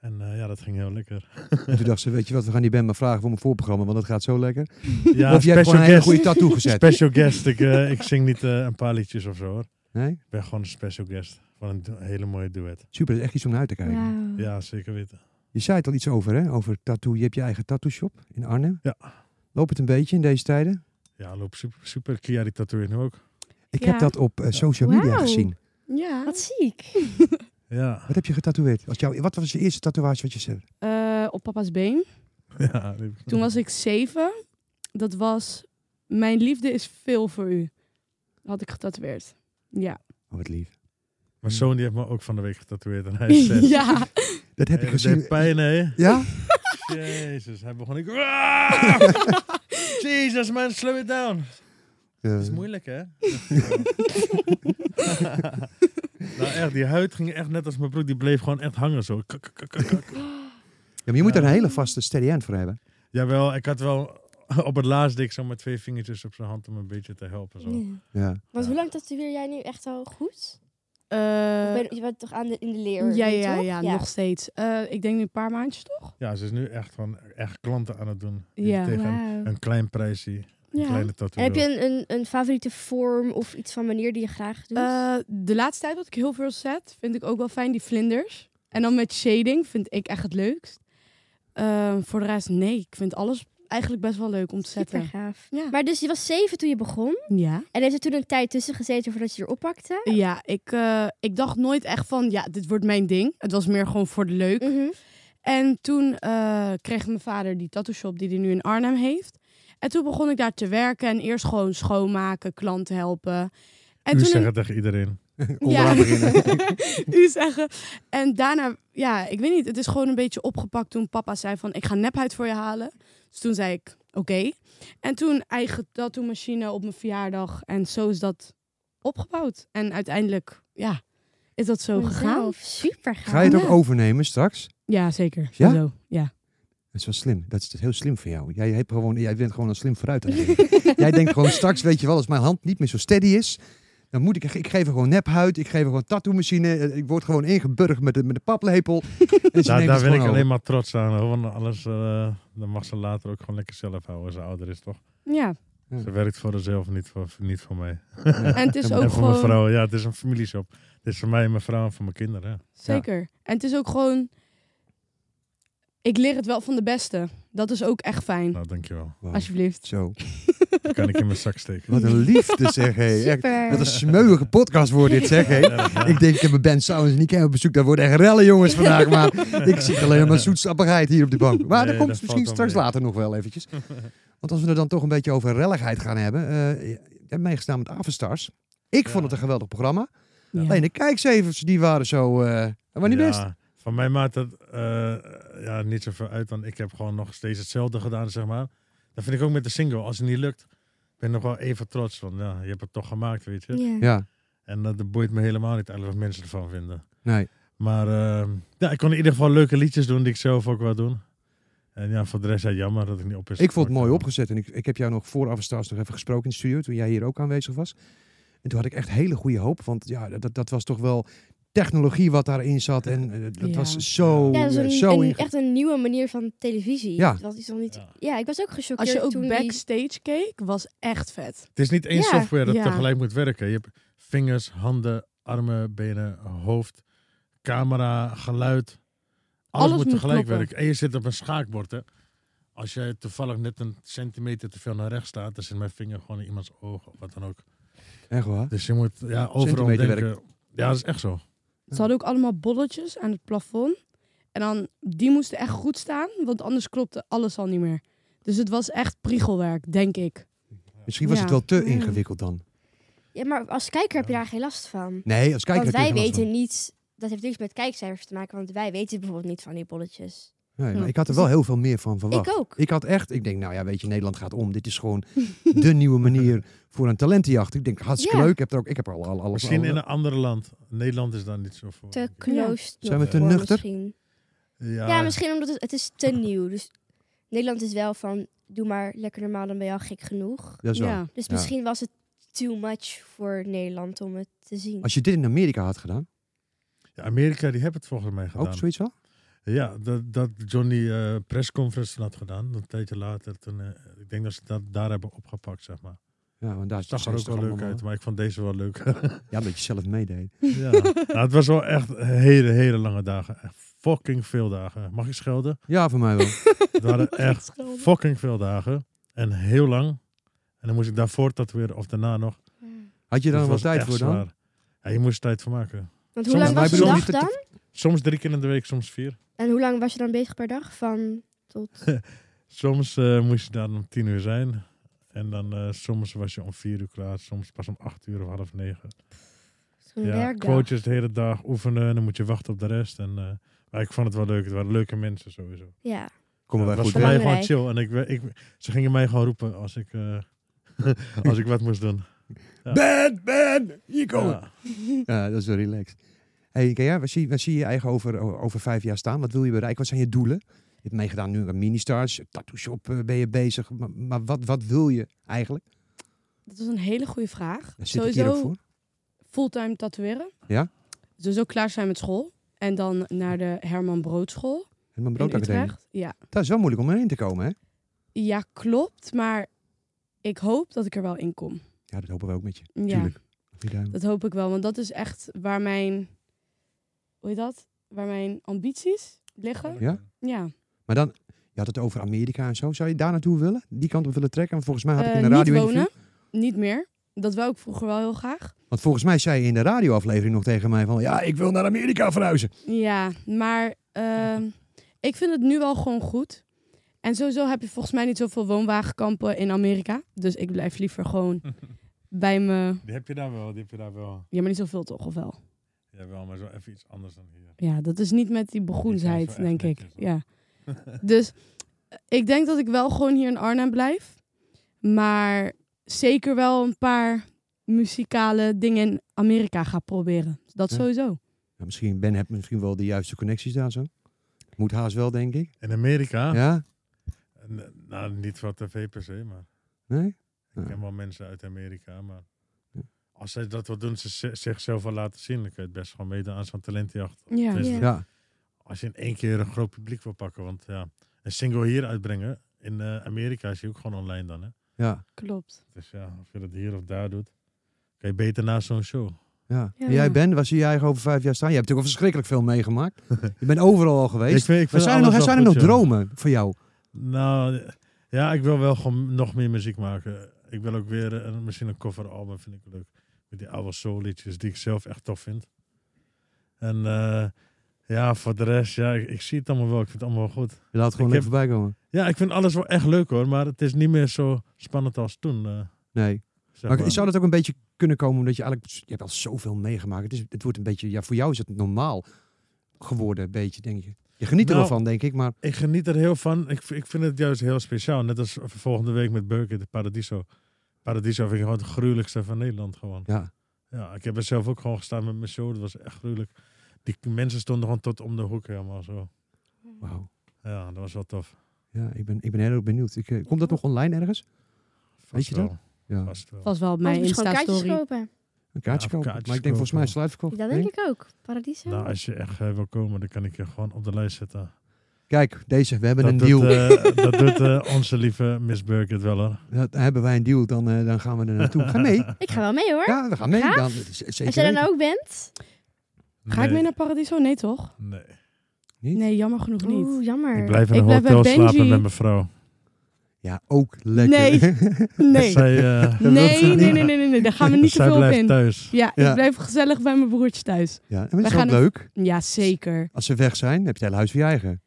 [SPEAKER 2] En eh, ja, dat ging heel lekker.
[SPEAKER 3] En toen dacht ze, weet je wat, we gaan die band maar vragen voor mijn voorprogramma, want dat gaat zo lekker.
[SPEAKER 2] Ja,
[SPEAKER 3] of je hebt gewoon een hele goede tattoo gezet.
[SPEAKER 2] special guest. Ik, eh, ik zing niet eh, een paar liedjes of zo hoor.
[SPEAKER 3] Nee?
[SPEAKER 2] Ik ben gewoon een special guest. Van een du- hele mooie duet.
[SPEAKER 3] Super, dat is echt iets om naar uit te kijken.
[SPEAKER 6] Wauw.
[SPEAKER 2] Ja, zeker weten.
[SPEAKER 3] Je zei het al iets over, hè? Over tattoo. Je hebt je eigen tattoo shop in Arnhem.
[SPEAKER 2] Ja.
[SPEAKER 3] Loopt het een beetje in deze tijden?
[SPEAKER 2] Ja, loop super. super. Kia die tatoeëert nu ook.
[SPEAKER 3] Ik
[SPEAKER 1] Ja.
[SPEAKER 3] heb dat op eh, social media
[SPEAKER 6] Wauw.
[SPEAKER 3] gezien.
[SPEAKER 1] Ja.
[SPEAKER 6] Wat ziek.
[SPEAKER 2] Ja.
[SPEAKER 3] Wat heb je getatoeëerd? Wat, jou, wat was je eerste tatoeage wat je zette?
[SPEAKER 1] Eh, op papa's been.
[SPEAKER 2] ja die-
[SPEAKER 1] Toen was ik zeven. Dat was Mijn liefde is veel voor u. Had ik getatoeëerd. Ja.
[SPEAKER 3] Oh, wat lief.
[SPEAKER 2] Mijn zoon die heeft me ook van de week getatoeëerd. En hij is zes.
[SPEAKER 1] ja.
[SPEAKER 3] Dat heb
[SPEAKER 2] En het
[SPEAKER 3] ik
[SPEAKER 2] deed
[SPEAKER 3] gezien.
[SPEAKER 2] pijn, hè?
[SPEAKER 3] Ja?
[SPEAKER 2] Jezus, hij begon ik. Jezus, man, slow it down.
[SPEAKER 3] Ja.
[SPEAKER 2] Dat is moeilijk, hè? nou, echt, die huid ging echt net als mijn broek, die bleef gewoon echt hangen zo. Kak, kak, kak, kak, kak.
[SPEAKER 3] Ja, maar je moet daar een
[SPEAKER 2] Ja.
[SPEAKER 3] hele vaste steady hand voor hebben.
[SPEAKER 2] Jawel, ik had wel op het laatst dik zo met twee vingertjes op zijn hand om een beetje te helpen. Zo.
[SPEAKER 6] Ja.
[SPEAKER 3] Ja.
[SPEAKER 7] Want
[SPEAKER 2] Ja.
[SPEAKER 7] hoe lang tatoeëer jij nu echt al goed?
[SPEAKER 1] Eh,
[SPEAKER 7] Of ben- je bent toch aan de, in de leer?
[SPEAKER 1] ja,
[SPEAKER 7] nu,
[SPEAKER 1] ja,
[SPEAKER 7] toch?
[SPEAKER 1] ja, nog steeds. Eh, ik denk nu een paar maandjes toch?
[SPEAKER 2] Ja, ze is nu echt van echt klanten aan het doen. Die
[SPEAKER 1] Ja.
[SPEAKER 2] Tegen
[SPEAKER 6] Wauw.
[SPEAKER 2] een klein prijsje, een
[SPEAKER 1] Ja.
[SPEAKER 2] kleine tattoo.
[SPEAKER 7] En heb je een, een, een favoriete vorm of iets van manier die je graag doet?
[SPEAKER 1] Eh, de laatste tijd wat ik heel veel set, vind ik ook wel fijn, die vlinders. En dan met shading vind ik echt het leukst. Eh, voor de rest, nee, ik vind alles eigenlijk best wel leuk om te
[SPEAKER 7] Super
[SPEAKER 1] zetten.
[SPEAKER 7] gaaf.
[SPEAKER 1] Ja.
[SPEAKER 7] Maar dus je was zeven toen je begon.
[SPEAKER 1] Ja,
[SPEAKER 7] En heeft er toen een tijd tussen gezeten voordat je er oppakte?
[SPEAKER 1] ja ik, eh, ik dacht nooit echt van, ja, dit wordt mijn ding. Het was meer gewoon voor de leuk.
[SPEAKER 7] Mhm.
[SPEAKER 1] En toen eh, kreeg mijn vader die tattoo shop die hij nu in Arnhem heeft. En toen begon ik daar te werken en eerst gewoon schoonmaken, klanten helpen. En toen
[SPEAKER 2] U zegt
[SPEAKER 1] in-
[SPEAKER 2] het tegen iedereen.
[SPEAKER 3] Onderaan beginnen.
[SPEAKER 1] u zeggen. En daarna, ja, ik weet niet, het is gewoon een beetje opgepakt toen papa zei van ik ga nephuid voor je halen. Dus toen zei ik oké. En toen eigen tattoo machine op mijn verjaardag en zo is dat opgebouwd. En uiteindelijk, ja, is dat zo gegaan.
[SPEAKER 7] Mezelf. Super gaaf.
[SPEAKER 3] Ga je het ook
[SPEAKER 1] Ja.
[SPEAKER 3] overnemen straks?
[SPEAKER 1] Ja, zeker.
[SPEAKER 3] Ja?
[SPEAKER 1] Zo, ja.
[SPEAKER 3] Dat is wel slim. Dat is dus heel slim van jou. Jij, hebt gewoon, jij bent gewoon al slim vooruit aan het denken. jij denkt gewoon straks, weet je wel, als mijn hand niet meer zo steady is, dan moet ik, ik geef er gewoon nephuid, ik geef er gewoon tattoo-machine, eh, ik word gewoon ingeburgd met de, met de paplepel. En ze neemt
[SPEAKER 2] Daar,
[SPEAKER 3] het
[SPEAKER 2] daar ben
[SPEAKER 3] gewoon
[SPEAKER 2] ik
[SPEAKER 3] over.
[SPEAKER 2] alleen maar trots aan. Hoor, want alles eh, dan mag ze later ook gewoon lekker zelf houden als ze ouder is, toch?
[SPEAKER 1] Ja,
[SPEAKER 2] Ze werkt voor haarzelf, niet voor, niet voor mij.
[SPEAKER 1] en het is
[SPEAKER 2] en
[SPEAKER 1] ook
[SPEAKER 2] voor mijn
[SPEAKER 1] gewoon...
[SPEAKER 2] vrouw. Ja, het is een familieshop. Het is voor mij en mijn vrouw en voor mijn kinderen. ja.
[SPEAKER 1] Zeker. En het is ook gewoon... Ik leer het wel van de beste. Dat is ook echt fijn.
[SPEAKER 2] Nou, dankjewel.
[SPEAKER 3] Wow.
[SPEAKER 1] Alsjeblieft.
[SPEAKER 3] Zo.
[SPEAKER 2] Dat kan ik in mijn zak steken.
[SPEAKER 3] Wat een liefde zeg, hé. Echt,
[SPEAKER 7] Super.
[SPEAKER 3] Wat een smeuige podcast wordt dit, zeg, hé.
[SPEAKER 2] Erg, ja.
[SPEAKER 3] Ik denk, ik heb mijn band Sounds niet kennen op bezoek. Daar worden echt rellen, jongens, vandaag. Maar ik zit alleen maar zoetsappigheid hier op de bank. Maar
[SPEAKER 2] Nee,
[SPEAKER 3] dat komt
[SPEAKER 2] dat
[SPEAKER 3] misschien
[SPEAKER 2] valt wel
[SPEAKER 3] straks
[SPEAKER 2] mee.
[SPEAKER 3] later nog wel eventjes. Want als we er dan toch een beetje over relligheid gaan hebben. eh je hebt meegestaan met Avenstars. Ik
[SPEAKER 2] Ja.
[SPEAKER 3] vond het een geweldig programma.
[SPEAKER 1] Ja.
[SPEAKER 3] Alleen de kijkcijfers, die waren zo... eh dat was niet
[SPEAKER 2] Ja,
[SPEAKER 3] best.
[SPEAKER 2] Van mij maakt het eh, ja, niet zoveel uit, want ik heb gewoon nog steeds hetzelfde gedaan, zeg maar. Dat vind ik ook met de single. Als het niet lukt, ben ik nog wel even trots. Want ja, je hebt het toch gemaakt, weet je.
[SPEAKER 7] Ja.
[SPEAKER 3] Ja,
[SPEAKER 2] En eh, dat boeit me helemaal niet eigenlijk wat mensen ervan vinden.
[SPEAKER 3] nee.
[SPEAKER 2] Maar eh, ja, ik kon in ieder geval leuke liedjes doen die ik zelf ook wil doen. En ja, voor de rest, ja, jammer dat ik niet op is.
[SPEAKER 3] Ik vond het mooi
[SPEAKER 2] gepakt.
[SPEAKER 3] opgezet. En ik, ik heb jou nog voor Avenstars nog even gesproken in de studio. Toen jij hier ook aanwezig was. En toen had ik echt hele goede hoop. Want ja, dat, dat was toch wel... Technologie wat daarin zat. En eh, dat
[SPEAKER 1] Ja.
[SPEAKER 3] was zo,
[SPEAKER 7] Ja,
[SPEAKER 3] ja,
[SPEAKER 7] dat is een,
[SPEAKER 3] zo
[SPEAKER 7] een-
[SPEAKER 3] inge-
[SPEAKER 7] echt een nieuwe manier van televisie.
[SPEAKER 3] Ja.
[SPEAKER 7] Dat is nog niet...
[SPEAKER 2] Ja.
[SPEAKER 7] ja. ik was ook
[SPEAKER 1] Als
[SPEAKER 7] gechoqueerd
[SPEAKER 1] je ook
[SPEAKER 7] toen die-
[SPEAKER 1] backstage keek, was echt vet.
[SPEAKER 2] Het is niet één
[SPEAKER 7] Ja,
[SPEAKER 2] software dat
[SPEAKER 1] ja.
[SPEAKER 2] tegelijk moet werken. Je hebt vingers, handen, armen, benen, hoofd, camera, geluid. Alles,
[SPEAKER 1] Alles
[SPEAKER 2] moet
[SPEAKER 1] moet
[SPEAKER 2] tegelijk
[SPEAKER 1] kloppen.
[SPEAKER 2] werken. En je zit op een schaakbord. Hè. Als jij toevallig net een centimeter te veel naar rechts staat, dan zit mijn vinger gewoon in iemands oog of wat dan ook.
[SPEAKER 3] Echt waar?
[SPEAKER 2] Dus je moet ja, overal
[SPEAKER 3] Centimeterwerk.
[SPEAKER 2] denken. Ja, dat is echt zo.
[SPEAKER 1] Ze hadden ook allemaal bolletjes aan het plafond. En dan, die moesten echt goed staan, want anders klopte alles al niet meer. Dus het was echt priegelwerk, denk ik.
[SPEAKER 3] Misschien was
[SPEAKER 1] Ja.
[SPEAKER 3] het wel te
[SPEAKER 1] Ja.
[SPEAKER 3] ingewikkeld dan.
[SPEAKER 7] Ja, maar als kijker heb je daar geen last van.
[SPEAKER 3] Nee, als kijker
[SPEAKER 7] want
[SPEAKER 3] heb je
[SPEAKER 7] wij
[SPEAKER 3] er geen last
[SPEAKER 7] weten niet... Dat heeft niks met kijkcijfers te maken, want wij weten bijvoorbeeld niet van die bolletjes.
[SPEAKER 3] van. Nee, maar
[SPEAKER 1] Ja.
[SPEAKER 3] ik had er wel heel veel meer van verwacht.
[SPEAKER 7] Ik ook.
[SPEAKER 3] Ik had echt, ik denk, nou ja, weet je, Nederland gaat om. Dit is gewoon de nieuwe manier voor een talentenjacht. Ik denk, hartstikke
[SPEAKER 7] Ja.
[SPEAKER 3] leuk. Ik heb, er ook, ik heb er al, al alles
[SPEAKER 2] Misschien
[SPEAKER 3] al-
[SPEAKER 2] in een ander land. Nederland is daar niet zo voor.
[SPEAKER 7] Te closed
[SPEAKER 3] Zijn
[SPEAKER 7] nog
[SPEAKER 3] we te
[SPEAKER 7] voor
[SPEAKER 3] nuchter?
[SPEAKER 7] Misschien.
[SPEAKER 2] Ja,
[SPEAKER 7] Ja. misschien omdat het, het is te nieuw. Dus Nederland is wel van, doe maar lekker normaal, dan ben je al gek genoeg.
[SPEAKER 3] Dat is waar.
[SPEAKER 1] Ja.
[SPEAKER 7] Dus
[SPEAKER 3] Ja.
[SPEAKER 7] misschien was het too much voor Nederland om het te zien.
[SPEAKER 3] Als je dit in Amerika had gedaan,
[SPEAKER 2] Ja, Amerika die heeft het volgens mij gedaan.
[SPEAKER 3] ook zoiets wel?
[SPEAKER 2] Ja, dat, dat Johnny eh pressconference toen had gedaan. Een tijdje later. Toen, eh, ik denk dat ze dat daar hebben opgepakt, zeg maar.
[SPEAKER 3] Ja, want daar
[SPEAKER 2] Het zag er
[SPEAKER 3] zijn
[SPEAKER 2] ook
[SPEAKER 3] ze toch
[SPEAKER 2] wel leuk
[SPEAKER 3] allemaal-
[SPEAKER 2] uit, maar ik vond deze wel leuk.
[SPEAKER 3] Ja, dat je zelf meedeed.
[SPEAKER 2] ja. Nou, het was wel echt hele, hele lange dagen. Echt fucking veel dagen. Mag ik schelden?
[SPEAKER 3] Ja, voor mij wel.
[SPEAKER 2] Het waren echt fucking veel dagen. En heel lang. En dan moest ik daarvoor tatoeëren of daarna nog.
[SPEAKER 3] Had je
[SPEAKER 2] Dat
[SPEAKER 3] daar nog wel
[SPEAKER 2] was
[SPEAKER 3] tijd
[SPEAKER 2] echt
[SPEAKER 3] voor dan?
[SPEAKER 2] zwaar. Ja, je moest er tijd voor maken.
[SPEAKER 7] Want
[SPEAKER 2] Soms-
[SPEAKER 7] hoe lang
[SPEAKER 2] wij
[SPEAKER 7] was je
[SPEAKER 2] bedoelen
[SPEAKER 7] dag
[SPEAKER 3] niet
[SPEAKER 7] dan?
[SPEAKER 2] Soms drie keer in de week, soms vier.
[SPEAKER 7] En hoe lang was je dan bezig per dag? Van tot...
[SPEAKER 2] Soms eh, moest je daar om tien uur zijn. En dan eh, soms was je om vier uur klaar. Soms pas om acht uur of half negen.
[SPEAKER 7] Zo'n
[SPEAKER 2] Ja,
[SPEAKER 7] werkdag.
[SPEAKER 2] quotejes de hele dag oefenen. En dan moet je wachten op de rest. En, eh, maar ik vond het wel leuk. Het waren leuke mensen sowieso.
[SPEAKER 7] Ja.
[SPEAKER 3] Komen
[SPEAKER 2] Ja,
[SPEAKER 3] wij
[SPEAKER 2] het was
[SPEAKER 3] goed
[SPEAKER 2] voor
[SPEAKER 3] weg?
[SPEAKER 2] mij
[SPEAKER 7] weg.
[SPEAKER 2] gewoon chill. En ik, we- ik, ze gingen mij gewoon roepen als ik, eh, als ik wat moest doen. Ja.
[SPEAKER 3] Ben, Ben, hier komen.
[SPEAKER 2] Ja.
[SPEAKER 3] Ja. dat is wel relaxed. hey, Kea, waar zie, waar zie je je eigen over, over vijf jaar staan? Wat wil je bereiken? Wat zijn je doelen? Je hebt meegedaan nu aan Ministars, tattoo shop eh, ben je bezig. Maar, maar wat, wat wil je eigenlijk?
[SPEAKER 1] Dat was een hele goede vraag.
[SPEAKER 3] Daar zit ik hier ook voor.
[SPEAKER 1] fulltime tatoeëren.
[SPEAKER 3] Ja?
[SPEAKER 1] Dus ook klaar zijn met school. En dan naar de Herman Broodschool
[SPEAKER 3] En mijn
[SPEAKER 1] in
[SPEAKER 3] broodacademie.
[SPEAKER 1] Utrecht. Ja.
[SPEAKER 3] Dat is wel moeilijk om erin te komen, hè?
[SPEAKER 1] ja, klopt. Maar ik hoop dat ik er wel in kom.
[SPEAKER 3] Ja, dat hopen we ook met je.
[SPEAKER 1] Ja,
[SPEAKER 3] Tuurlijk. Wie daar-
[SPEAKER 1] dat hoop ik wel. Want dat is echt waar mijn... Hoe heet dat? Waar mijn ambities liggen.
[SPEAKER 3] Ja?
[SPEAKER 1] Ja.
[SPEAKER 3] Maar dan, je had het over Amerika en zo. Zou je daar naartoe willen? Die kant op willen trekken? Want volgens mij had ik in
[SPEAKER 1] Eh,
[SPEAKER 3] de
[SPEAKER 1] niet
[SPEAKER 3] radio
[SPEAKER 1] wonen. Niet meer. Dat wou ik vroeger wel heel graag.
[SPEAKER 3] Want volgens mij zei je in de radioaflevering nog tegen mij van... Ja, ik wil naar Amerika verhuizen.
[SPEAKER 1] Ja, maar ehm, ik vind het nu wel gewoon goed. En sowieso heb je volgens mij niet zoveel woonwagenkampen in Amerika. Dus ik blijf liever gewoon bij me.
[SPEAKER 2] Die heb je daar wel, die heb je daar wel.
[SPEAKER 1] Ja, maar niet zoveel toch, of wel?
[SPEAKER 2] Ja, wel, maar zo even iets anders dan hier.
[SPEAKER 1] Ja, dat is niet met die
[SPEAKER 2] Die
[SPEAKER 1] begroenheid,
[SPEAKER 2] zijn zo echt
[SPEAKER 1] denk ik.
[SPEAKER 2] netjes, hoor.
[SPEAKER 1] Ja. Dus eh, ik denk dat ik wel gewoon hier in Arnhem blijf. Maar zeker wel een paar muzikale dingen in Amerika ga proberen. Dus Dat
[SPEAKER 3] Ja.
[SPEAKER 1] sowieso.
[SPEAKER 3] Ja, Nou, misschien Ben hebt misschien wel de juiste connecties daar zo. Moet haast wel, denk ik.
[SPEAKER 2] In Amerika?
[SPEAKER 3] Ja?
[SPEAKER 2] N- Nou, niet wat tv per se, maar
[SPEAKER 3] Nee?
[SPEAKER 2] ik
[SPEAKER 3] Ja.
[SPEAKER 2] ken wel mensen uit Amerika. Maar
[SPEAKER 3] Ja.
[SPEAKER 2] als zij dat wil doen, ze zi- zichzelf wel laten zien. Dan kun je het best gewoon meedoen aan zo'n talentjacht.
[SPEAKER 1] Ja.
[SPEAKER 2] Dus
[SPEAKER 7] Ja.
[SPEAKER 3] Ja.
[SPEAKER 2] Als je in één keer een groot publiek wil pakken. Want ja, een single hier uitbrengen, in eh, Amerika is je ook gewoon online dan, hè?
[SPEAKER 3] Ja.
[SPEAKER 1] Klopt.
[SPEAKER 2] Dus ja, of je dat hier of daar doet, kan je beter na zo'n show.
[SPEAKER 3] ja.
[SPEAKER 1] Ja.
[SPEAKER 3] En jij Ben, waar zie je je eigen over vijf jaar staan? Je hebt natuurlijk al verschrikkelijk veel meegemaakt. je bent overal al geweest.
[SPEAKER 2] vind, ik
[SPEAKER 3] Maar zijn er nog, zijn er nog dromen voor jou?
[SPEAKER 2] Nou, ja, ik wil wel gewoon nog meer muziek maken. Ik wil ook weer een, misschien een coveralbum, vind ik leuk. Met die oude soulliedjes die ik zelf echt tof vind. En eh, ja, voor de rest, ja, ik, ik zie het allemaal wel. Ik vind het allemaal wel goed.
[SPEAKER 3] Je laat het gewoon
[SPEAKER 2] Ik
[SPEAKER 3] even voorbij komen.
[SPEAKER 2] Ja, ik vind alles wel echt leuk hoor, maar het is niet meer zo spannend als toen. eh,
[SPEAKER 3] Nee.
[SPEAKER 2] zeg
[SPEAKER 3] Maar
[SPEAKER 2] maar.
[SPEAKER 3] zou dat ook een beetje kunnen komen omdat je eigenlijk... Je hebt al zoveel meegemaakt. Het, is, het wordt een beetje... Ja, voor jou is het normaal geworden, een beetje, denk je. Je geniet er
[SPEAKER 2] Nou,
[SPEAKER 3] wel van, denk ik, maar...
[SPEAKER 2] Ik geniet er heel van. Ik, v- ik vind het juist heel speciaal. Net als volgende week met Beuken de Paradiso. Paradiso vind ik gewoon het gruwelijkste van Nederland gewoon.
[SPEAKER 3] Ja.
[SPEAKER 2] Ja, ik heb er zelf ook gewoon gestaan met mijn show. Dat was echt gruwelijk. Die k- mensen stonden gewoon tot om de hoek helemaal zo.
[SPEAKER 3] Wauw.
[SPEAKER 2] Ja, dat was wel tof.
[SPEAKER 3] Ja, ik ben, ik ben heel erg benieuwd. Ik, eh, komt dat nog online ergens?
[SPEAKER 2] Vast
[SPEAKER 3] Weet je
[SPEAKER 2] wel.
[SPEAKER 3] dat? Ja.
[SPEAKER 2] Vast wel.
[SPEAKER 1] Vast wel op mijn
[SPEAKER 7] Anders gewoon kaartjes
[SPEAKER 1] Insta-story.
[SPEAKER 7] kopen.
[SPEAKER 3] Een kaartje
[SPEAKER 2] Ja,
[SPEAKER 3] kopen.
[SPEAKER 2] kaartjes
[SPEAKER 3] maar ik denk volgens mij is het
[SPEAKER 7] Ja,
[SPEAKER 3] uitverkocht.
[SPEAKER 7] dat
[SPEAKER 3] denk
[SPEAKER 7] denk ik ook. Paradiso.
[SPEAKER 2] Nou, als je echt eh, wil komen, dan kan ik je gewoon op de lijst zetten.
[SPEAKER 3] Kijk, deze, we hebben
[SPEAKER 2] dat
[SPEAKER 3] een
[SPEAKER 2] doet,
[SPEAKER 3] deal.
[SPEAKER 2] eh, dat doet eh, onze lieve Miss Burkett wel hoor.
[SPEAKER 3] Dat, hebben wij een deal, dan, eh, dan gaan we er naartoe. Ga mee.
[SPEAKER 7] Ik ga wel mee hoor.
[SPEAKER 3] Ja, we gaan mee.
[SPEAKER 7] Gaaf.
[SPEAKER 3] Dan, eh, z- zeker
[SPEAKER 7] Als jij er
[SPEAKER 3] weten.
[SPEAKER 7] nou ook bent.
[SPEAKER 1] Ga ik
[SPEAKER 2] Nee,
[SPEAKER 1] mee naar Paradiso? Nee, toch?
[SPEAKER 2] Nee.
[SPEAKER 3] Niet?
[SPEAKER 1] Nee, jammer genoeg niet.
[SPEAKER 7] Oeh, jammer.
[SPEAKER 2] Ik blijf in
[SPEAKER 1] Ik
[SPEAKER 2] een
[SPEAKER 1] blijf bij
[SPEAKER 2] hotel slapen
[SPEAKER 1] Benji.
[SPEAKER 2] met mijn vrouw.
[SPEAKER 3] Ja, ook lekker.
[SPEAKER 1] Nee. Nee.
[SPEAKER 2] Zij, eh,
[SPEAKER 1] Nee,
[SPEAKER 3] dat wil
[SPEAKER 1] nee,
[SPEAKER 3] ze
[SPEAKER 1] nee,
[SPEAKER 3] niet.
[SPEAKER 1] nee, nee, nee, daar gaan we niet te
[SPEAKER 2] zij
[SPEAKER 1] veel op
[SPEAKER 2] blijft
[SPEAKER 1] in. Oh.
[SPEAKER 2] thuis.
[SPEAKER 1] Ja,
[SPEAKER 3] Ja.
[SPEAKER 1] ik blijf gezellig bij mijn broertje thuis.
[SPEAKER 3] ja, maar het is
[SPEAKER 1] Wij
[SPEAKER 3] ook
[SPEAKER 1] gaan
[SPEAKER 3] leuk.
[SPEAKER 1] Ja, zeker.
[SPEAKER 3] Als ze weg zijn, heb je het hele huis weer je eigen.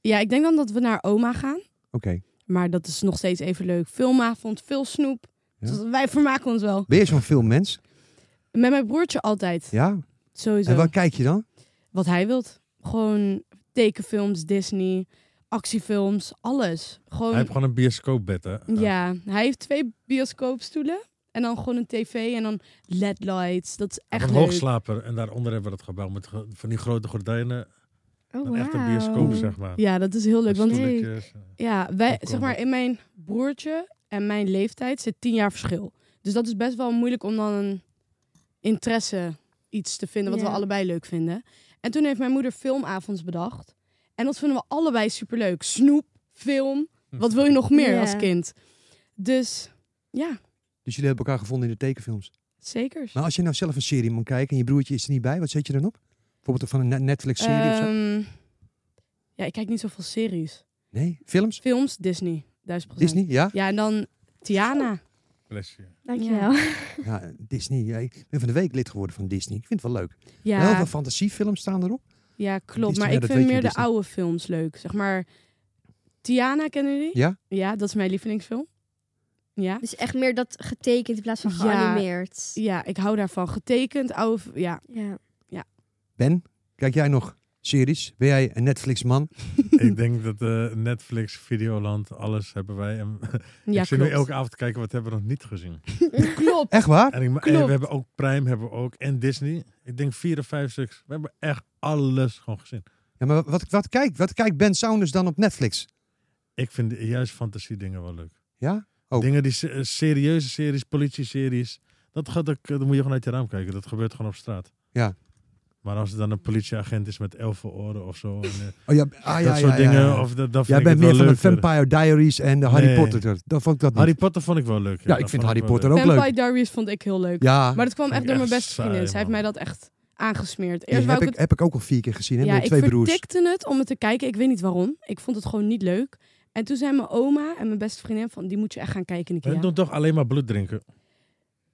[SPEAKER 1] Ja, ik denk dan dat we naar oma gaan.
[SPEAKER 3] Oké.
[SPEAKER 1] Maar dat is nog steeds even leuk. Filmavond, veel snoep.
[SPEAKER 3] Ja.
[SPEAKER 1] Dus wij vermaken ons wel.
[SPEAKER 3] Ben je zo'n filmmens?
[SPEAKER 1] Met mijn broertje altijd.
[SPEAKER 3] Ja.
[SPEAKER 1] Sowieso.
[SPEAKER 3] En wat kijk je dan?
[SPEAKER 1] Wat hij wilt. Gewoon tekenfilms, Disney, actiefilms, alles. Gewoon,
[SPEAKER 2] Hij heeft gewoon een bioscoopbed, hè?
[SPEAKER 1] ja, hij heeft twee bioscoopstoelen. En dan gewoon een tv en dan ledlights. Dat is echt
[SPEAKER 2] een
[SPEAKER 1] leuk.
[SPEAKER 2] hoogslaper en daaronder hebben we dat gebouw met ge- van die grote gordijnen.
[SPEAKER 7] Oh,
[SPEAKER 2] Een echt een bioscoop, zeg maar.
[SPEAKER 1] Ja, dat is heel leuk. Want
[SPEAKER 2] Stoeltjes.
[SPEAKER 1] ja, wij,
[SPEAKER 2] Opkomen.
[SPEAKER 1] zeg maar, in mijn broertje en mijn leeftijd zit tien jaar verschil. Dus dat is best wel moeilijk om dan een interesse iets te vinden wat
[SPEAKER 7] Ja.
[SPEAKER 1] we allebei leuk vinden. En toen heeft mijn moeder filmavonds bedacht. En dat vinden we allebei superleuk. Snoep, film, wat wil je nog meer
[SPEAKER 7] Ja.
[SPEAKER 1] als kind? Dus ja,
[SPEAKER 3] Dus jullie hebben elkaar gevonden in de tekenfilms.
[SPEAKER 1] zeker.
[SPEAKER 3] Maar als je nou zelf een serie moet kijken en je broertje is er niet bij, wat zet je dan op? Bijvoorbeeld van een Ne- Netflix-serie of zo?
[SPEAKER 1] Ehm, ja, ik kijk niet zoveel series.
[SPEAKER 3] Nee, films?
[SPEAKER 1] Films, Disney, 1000%.
[SPEAKER 3] Disney, ja?
[SPEAKER 1] Ja, en dan Tiana.
[SPEAKER 2] Blesje.
[SPEAKER 7] Dankjewel.
[SPEAKER 3] Ja, Disney. Ja, ik ben van de week lid geworden van Disney. Ik vind het wel leuk. Heel
[SPEAKER 1] Ja,
[SPEAKER 3] veel fantasiefilms staan erop.
[SPEAKER 1] ja klopt.
[SPEAKER 3] Disney,
[SPEAKER 1] Maar
[SPEAKER 3] ja,
[SPEAKER 1] ik
[SPEAKER 3] dat
[SPEAKER 1] vind
[SPEAKER 3] weet je,
[SPEAKER 1] meer de
[SPEAKER 3] Disney.
[SPEAKER 1] oude films leuk. Zeg maar, Tiana kennen jullie?
[SPEAKER 3] Ja?
[SPEAKER 1] Ja, dat is mijn lievelingsfilm. Ja.
[SPEAKER 7] Dus echt meer dat getekend in plaats van
[SPEAKER 1] Ja.
[SPEAKER 7] geanimeerd. Ja.
[SPEAKER 1] Ja, ik hou daarvan. Getekend, oude... f- Ja,
[SPEAKER 3] Ben, kijk jij nog series? Ben jij een Netflix-man?
[SPEAKER 2] ik denk dat eh, Netflix, Videoland, alles hebben wij. En
[SPEAKER 1] ja
[SPEAKER 2] ik zit nu
[SPEAKER 1] klopt.
[SPEAKER 2] elke avond te kijken wat hebben we nog niet gezien.
[SPEAKER 1] klopt.
[SPEAKER 3] Echt waar?
[SPEAKER 2] En, ik, en
[SPEAKER 1] Klopt.
[SPEAKER 2] we hebben ook Prime, hebben we ook. En Disney. Ik denk vier of vijf stuks. We hebben echt alles gewoon gezien.
[SPEAKER 3] Ja, maar wat, wat, kijkt, wat kijkt Ben Saunders dan op Netflix?
[SPEAKER 2] Ik vind juist fantasiedingen wel leuk.
[SPEAKER 3] Ja? Ook.
[SPEAKER 2] Dingen die se- eh, serieuze series, politie-series. Dat gaat ook, eh, dan moet je gewoon uit je raam kijken. Dat gebeurt gewoon op straat.
[SPEAKER 3] Ja.
[SPEAKER 2] Maar als er dan een politieagent is met elfenoren of zo. En, eh,
[SPEAKER 3] Oh, ja, ah,
[SPEAKER 2] dat
[SPEAKER 3] ja, ja,
[SPEAKER 2] soort
[SPEAKER 3] ja,
[SPEAKER 2] dingen.
[SPEAKER 3] ja.
[SPEAKER 2] Of dat, dat
[SPEAKER 3] Jij
[SPEAKER 2] vind
[SPEAKER 3] bent
[SPEAKER 2] ik het
[SPEAKER 3] meer
[SPEAKER 2] wel
[SPEAKER 3] van de
[SPEAKER 2] leuker.
[SPEAKER 3] Vampire Diaries en de Harry
[SPEAKER 2] Nee.
[SPEAKER 3] Potter. Dat vond ik dat niet.
[SPEAKER 2] Harry Potter vond ik wel leuk.
[SPEAKER 3] ja, ik
[SPEAKER 2] dat
[SPEAKER 3] vind
[SPEAKER 2] vond
[SPEAKER 3] Harry
[SPEAKER 2] wel
[SPEAKER 3] Potter
[SPEAKER 2] leuk.
[SPEAKER 3] ook
[SPEAKER 1] Vampire
[SPEAKER 3] leuk.
[SPEAKER 1] Diaries vond ik heel leuk.
[SPEAKER 3] Ja,
[SPEAKER 1] Maar dat kwam echt door mijn
[SPEAKER 2] Echt
[SPEAKER 1] beste vriendin.
[SPEAKER 2] saai,
[SPEAKER 1] Zij heeft mij
[SPEAKER 2] man.
[SPEAKER 1] dat echt aangesmeerd.
[SPEAKER 3] die
[SPEAKER 1] Eerst wou
[SPEAKER 3] heb
[SPEAKER 1] ik
[SPEAKER 3] ik,
[SPEAKER 1] het...
[SPEAKER 3] heb ik ook al vier keer gezien. Hè,
[SPEAKER 1] Ja,
[SPEAKER 3] met
[SPEAKER 1] ik
[SPEAKER 3] twee broers.
[SPEAKER 1] vertikte het om het te kijken. Ik weet niet waarom. Ik vond het gewoon niet leuk. En toen zei mijn oma en mijn beste vriendin van... Die moet je echt gaan kijken, Nikia.
[SPEAKER 2] We doen toch alleen maar bloed drinken.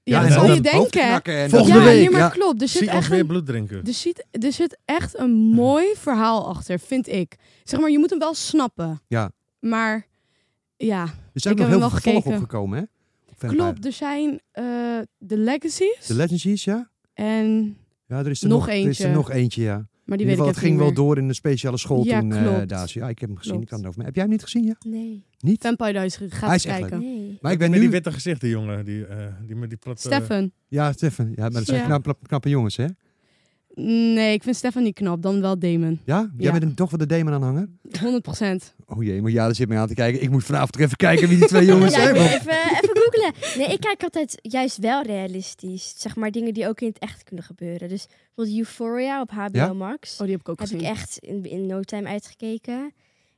[SPEAKER 1] Ja,
[SPEAKER 2] en
[SPEAKER 1] dat zal
[SPEAKER 2] dan
[SPEAKER 1] je denken. hè?
[SPEAKER 2] Volgende
[SPEAKER 1] ja, nee,
[SPEAKER 2] week,
[SPEAKER 1] maar klopt. Er zit,
[SPEAKER 2] Zie ons
[SPEAKER 1] echt
[SPEAKER 2] weer
[SPEAKER 1] een,
[SPEAKER 2] bloed drinken.
[SPEAKER 1] er, zit, er zit echt een mooi verhaal achter, vind ik. Zeg maar, je moet hem wel snappen.
[SPEAKER 3] Ja.
[SPEAKER 1] Maar ja,
[SPEAKER 3] Er zijn
[SPEAKER 1] Ik
[SPEAKER 3] ook
[SPEAKER 1] heb hem
[SPEAKER 3] nog heel
[SPEAKER 1] wel
[SPEAKER 3] veel volgen
[SPEAKER 1] gekeken.
[SPEAKER 3] opgekomen, hè? op Vampire.
[SPEAKER 1] klopt. Er zijn eh The Legacies.
[SPEAKER 3] De Legacies, ja?
[SPEAKER 1] en,
[SPEAKER 3] Ja, er is er nog,
[SPEAKER 1] Nog
[SPEAKER 3] Er is er
[SPEAKER 1] eentje.
[SPEAKER 3] nog eentje, ja.
[SPEAKER 1] maar
[SPEAKER 3] In
[SPEAKER 1] die
[SPEAKER 3] ieder
[SPEAKER 1] weet ik even
[SPEAKER 3] geval, het ging
[SPEAKER 1] niet
[SPEAKER 3] wel
[SPEAKER 1] meer.
[SPEAKER 3] door in de speciale school
[SPEAKER 1] Ja,
[SPEAKER 3] toen, eh,
[SPEAKER 1] klopt.
[SPEAKER 3] daar is- Ja, ik heb hem gezien. Ik
[SPEAKER 1] Klopt.
[SPEAKER 3] kan het over me. Heb jij hem niet gezien, ja?
[SPEAKER 7] Nee.
[SPEAKER 3] Niet?
[SPEAKER 1] Vampire Diaries, ga
[SPEAKER 3] Hij
[SPEAKER 1] eens
[SPEAKER 3] is echt
[SPEAKER 1] kijken.
[SPEAKER 7] Nee.
[SPEAKER 3] Maar ik ben
[SPEAKER 2] met die
[SPEAKER 3] nu...
[SPEAKER 2] witte gezichten, jongen. Die, eh, die met die platte...
[SPEAKER 1] Stefan.
[SPEAKER 3] Ja, Stefan. Ja, maar dat zijn
[SPEAKER 1] Ja.
[SPEAKER 3] knappe, knappe jongens, hè?
[SPEAKER 1] Nee, ik vind Stefan niet knap. Dan wel Damon.
[SPEAKER 3] Ja? Jij
[SPEAKER 1] Ja.
[SPEAKER 3] bent hem toch wel de demon aanhanger?
[SPEAKER 1] 100 procent.
[SPEAKER 3] Oh jee, maar ja, daar zit mij aan te kijken. Ik moet vanavond toch even kijken wie die twee jongens
[SPEAKER 7] Ja,
[SPEAKER 3] zijn.
[SPEAKER 7] ik moet
[SPEAKER 3] want-
[SPEAKER 7] even, even googlen. Nee, ik kijk altijd juist wel realistisch. Zeg maar dingen die ook in het echt kunnen gebeuren. Dus bijvoorbeeld Euphoria op HBO
[SPEAKER 3] Ja?
[SPEAKER 7] Max.
[SPEAKER 1] Oh, die heb ik ook
[SPEAKER 7] heb
[SPEAKER 1] gezien.
[SPEAKER 7] ik echt in, in no time uitgekeken.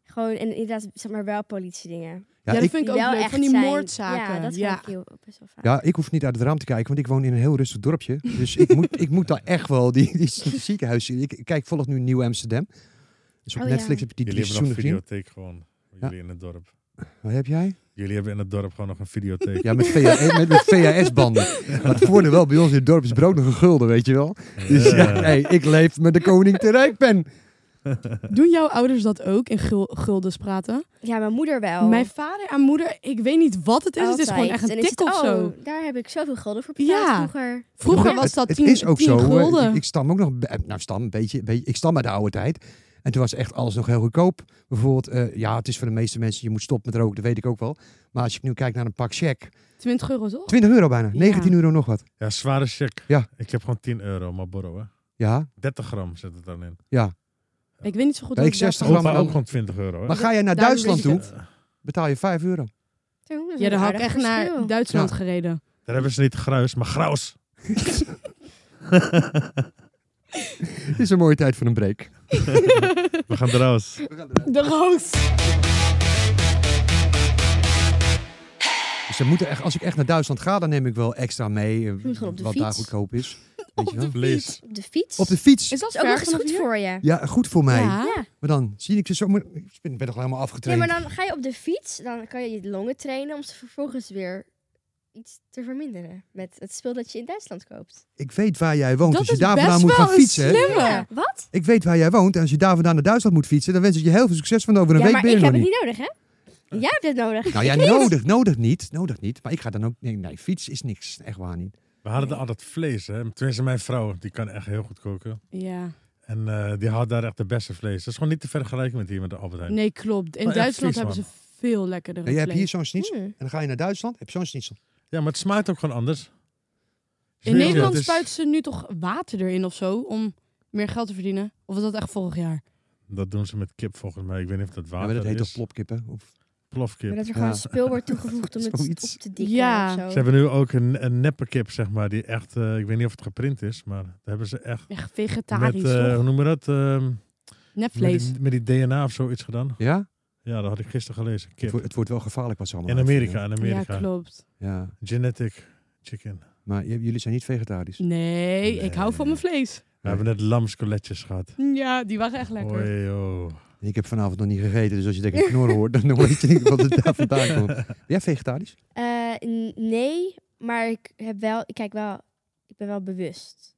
[SPEAKER 7] Gewoon, en inderdaad, zeg maar wel politie dingen.
[SPEAKER 1] Ja,
[SPEAKER 3] Ja,
[SPEAKER 1] dat
[SPEAKER 3] ik,
[SPEAKER 1] vind ik ook
[SPEAKER 7] wel
[SPEAKER 1] leuk.
[SPEAKER 7] echt
[SPEAKER 1] Van die
[SPEAKER 7] zijn.
[SPEAKER 1] moordzaken.
[SPEAKER 7] Ja, dat
[SPEAKER 1] ja.
[SPEAKER 7] vind ik heel, best wel vaak.
[SPEAKER 3] ja, ik hoef niet uit het raam te kijken, want ik woon in een heel rustig dorpje. Dus ik moet, ik moet daar echt wel die, die ziekenhuis zien. Ik ik kijk volg nu Nieuw Amsterdam. Dus op
[SPEAKER 7] Oh, ja.
[SPEAKER 3] Netflix heb je die
[SPEAKER 2] Jullie
[SPEAKER 3] drie
[SPEAKER 2] hebben nog
[SPEAKER 3] seizoenen
[SPEAKER 2] een
[SPEAKER 3] gezien.
[SPEAKER 2] videotheek gewoon.
[SPEAKER 3] Ja.
[SPEAKER 2] Jullie in het dorp.
[SPEAKER 3] Wat heb jij?
[SPEAKER 2] Jullie hebben in het dorp gewoon nog een videotheek.
[SPEAKER 3] Ja, met, VHS met, met VHS-banden. Maar het voordeel wel, bij ons in het dorp is brood nog een gulden, weet je wel. Dus ja,
[SPEAKER 2] Eh,
[SPEAKER 3] hey, ik leef met de koning te rijk ben.
[SPEAKER 1] Doen jouw ouders dat ook in gul- guldens praten?
[SPEAKER 7] Ja, mijn moeder wel.
[SPEAKER 1] Mijn vader en moeder, ik weet niet wat het is. Het is gewoon echt een
[SPEAKER 7] En Oh. dan is
[SPEAKER 1] tik
[SPEAKER 7] het,
[SPEAKER 1] of zo.
[SPEAKER 7] oh, daar heb ik zoveel gulden voor betaald
[SPEAKER 1] Ja.
[SPEAKER 7] vroeger.
[SPEAKER 1] Vroeger
[SPEAKER 3] Ja,
[SPEAKER 1] was
[SPEAKER 3] het-
[SPEAKER 1] dat
[SPEAKER 3] het
[SPEAKER 1] 10
[SPEAKER 3] is ook zo. eh,
[SPEAKER 1] gulden.
[SPEAKER 3] Ik, ik stam ook nog, eh, nou stam, een beetje, een beetje- ik stam uit de oude tijd. En toen was echt alles nog heel goedkoop. Bijvoorbeeld, eh, ja, het is voor de meeste mensen, je moet stoppen met roken, dat weet ik ook wel. Maar als je nu kijkt naar een pak check,
[SPEAKER 1] 20 euro toch?
[SPEAKER 3] 20 euro bijna, 19 euro nog wat.
[SPEAKER 2] ja, zware check.
[SPEAKER 3] Ja.
[SPEAKER 2] Ik heb gewoon 10 euro, maar borrow hè.
[SPEAKER 3] Ja,
[SPEAKER 2] 30 gram zit het dan in.
[SPEAKER 1] Ik weet niet zo goed
[SPEAKER 3] Ja,
[SPEAKER 1] hoe
[SPEAKER 3] ik
[SPEAKER 1] dat
[SPEAKER 3] 60
[SPEAKER 1] kan.
[SPEAKER 3] gram
[SPEAKER 2] Opa
[SPEAKER 3] dan-
[SPEAKER 2] ook gewoon 20 euro hè.
[SPEAKER 3] maar ga je naar
[SPEAKER 1] Daarom
[SPEAKER 3] Duitsland
[SPEAKER 1] weet ik
[SPEAKER 3] toe,
[SPEAKER 1] het.
[SPEAKER 3] betaal je 5 euro.
[SPEAKER 7] Toen, dat is
[SPEAKER 1] Ja, daar
[SPEAKER 7] een
[SPEAKER 1] had ik
[SPEAKER 7] aardig
[SPEAKER 1] echt naar
[SPEAKER 7] verschil.
[SPEAKER 1] Duitsland
[SPEAKER 3] Ja.
[SPEAKER 1] gereden.
[SPEAKER 2] Daar hebben ze niet gruis, maar graus.
[SPEAKER 3] Het is een mooie tijd voor een break.
[SPEAKER 2] We gaan eruit.
[SPEAKER 1] De roos.
[SPEAKER 3] Dus dan moeten echt, als ik echt naar Duitsland ga, dan neem ik wel extra mee, eh,
[SPEAKER 7] moet gewoon op de
[SPEAKER 3] wat daar
[SPEAKER 7] fiets.
[SPEAKER 3] goedkoop is. Weet je wel?
[SPEAKER 2] Vlees.
[SPEAKER 7] Op de fiets.
[SPEAKER 3] Op de fiets.
[SPEAKER 1] Is dat
[SPEAKER 7] is ook nog
[SPEAKER 1] ver
[SPEAKER 7] eens
[SPEAKER 1] vanaf
[SPEAKER 7] goed
[SPEAKER 1] hier?
[SPEAKER 7] voor je.
[SPEAKER 3] Ja, goed voor mij.
[SPEAKER 1] Ja.
[SPEAKER 7] Ja.
[SPEAKER 3] Maar dan zie ik ze zo. maar- Ik ben ben toch helemaal
[SPEAKER 7] Nee,
[SPEAKER 3] afgetraind.
[SPEAKER 7] maar dan ga je op de fiets, dan kan je je longen trainen om ze vervolgens weer iets te verminderen met het spul dat je in Duitsland koopt.
[SPEAKER 3] Ik weet waar jij woont.
[SPEAKER 1] Dat
[SPEAKER 3] als je
[SPEAKER 1] is
[SPEAKER 3] daar vandaan
[SPEAKER 1] best
[SPEAKER 3] moet
[SPEAKER 1] wel
[SPEAKER 3] gaan
[SPEAKER 1] een
[SPEAKER 3] fietsen. hè?
[SPEAKER 1] slimme.
[SPEAKER 7] Ja, Wat?
[SPEAKER 3] Ik weet waar jij woont. En als je daar vandaan naar Duitsland moet fietsen, dan wens ik je heel veel succes. Want over een
[SPEAKER 7] Ja,
[SPEAKER 3] week
[SPEAKER 7] maar
[SPEAKER 3] ben
[SPEAKER 7] ik
[SPEAKER 3] je er
[SPEAKER 7] heb
[SPEAKER 3] nog
[SPEAKER 7] het
[SPEAKER 3] niet.
[SPEAKER 7] niet nodig, hè? Jij hebt het nodig.
[SPEAKER 3] Nou ja, nodig, nodig niet. Nodig niet. Maar ik ga dan ook. Nee, nee, fiets is niks. Echt waar niet.
[SPEAKER 2] We hadden daar altijd vlees, hè. Tenminste, mijn vrouw, die kan echt heel goed koken.
[SPEAKER 1] Ja.
[SPEAKER 2] En eh, die had daar echt de beste vlees. Dat is gewoon niet te vergelijken met hier met de Albert Heijn.
[SPEAKER 1] Nee, klopt. In
[SPEAKER 3] Oh
[SPEAKER 2] Maar echt
[SPEAKER 1] Duitsland
[SPEAKER 2] vies,
[SPEAKER 1] hebben ze
[SPEAKER 2] man.
[SPEAKER 1] veel lekkerder
[SPEAKER 3] Nou, je hebt hier
[SPEAKER 1] vlees.
[SPEAKER 3] zo'n schnitzel.
[SPEAKER 7] Hmm.
[SPEAKER 3] En dan ga je naar Duitsland. Heb je zo'n schnitzel.
[SPEAKER 2] Ja, maar het smaakt ook gewoon anders.
[SPEAKER 1] In Nederland
[SPEAKER 2] spuit.
[SPEAKER 1] spuiten ze nu toch water erin of zo om meer geld te verdienen? Of was dat echt vorig jaar?
[SPEAKER 2] Dat doen ze met kip volgens mij. Ik weet niet of dat
[SPEAKER 3] Ja,
[SPEAKER 2] water
[SPEAKER 3] maar dat heet
[SPEAKER 2] is.
[SPEAKER 3] toch plopkippen? Of
[SPEAKER 2] plofkip.
[SPEAKER 7] Maar dat er gewoon
[SPEAKER 3] Ja.
[SPEAKER 7] spul wordt toegevoegd om het
[SPEAKER 3] Zoiets.
[SPEAKER 7] op te dikken
[SPEAKER 1] Ja.
[SPEAKER 7] of zo.
[SPEAKER 2] Ze hebben nu ook een, een neppe kip, zeg maar, die echt... eh, ik weet niet of het geprint is, maar daar hebben ze echt...
[SPEAKER 1] Echt
[SPEAKER 2] Met,
[SPEAKER 1] vegetarisch,
[SPEAKER 2] eh, hoe
[SPEAKER 1] toch?
[SPEAKER 2] noemen we dat? Ehm, met,
[SPEAKER 1] Nepvlees.
[SPEAKER 2] die, met die DNA of zoiets gedaan.
[SPEAKER 3] Ja?
[SPEAKER 2] Ja, dat had ik gisteren gelezen.
[SPEAKER 3] Het,
[SPEAKER 2] Kip.
[SPEAKER 3] wordt, het wordt wel gevaarlijk wat ze allemaal
[SPEAKER 2] In Amerika,
[SPEAKER 3] uitvinden.
[SPEAKER 2] in
[SPEAKER 1] Ja,
[SPEAKER 2] Amerika.
[SPEAKER 1] klopt.
[SPEAKER 3] Ja,
[SPEAKER 2] Genetic chicken.
[SPEAKER 3] maar j- jullie zijn niet vegetarisch.
[SPEAKER 1] Nee,
[SPEAKER 3] Nee.
[SPEAKER 1] ik hou van mijn vlees.
[SPEAKER 2] We hebben net lamskoletjes gehad. oh.
[SPEAKER 1] Ja, die waren echt lekker.
[SPEAKER 2] Hoi, joh.
[SPEAKER 3] Ik heb vanavond nog niet gegeten, dus als je denk ik knorren hoort, dan weet je niet wat het daar vandaan komt. Ben jij vegetarisch?
[SPEAKER 7] Eh, n- nee, maar ik heb wel, ik kijk wel, ik ben wel bewust.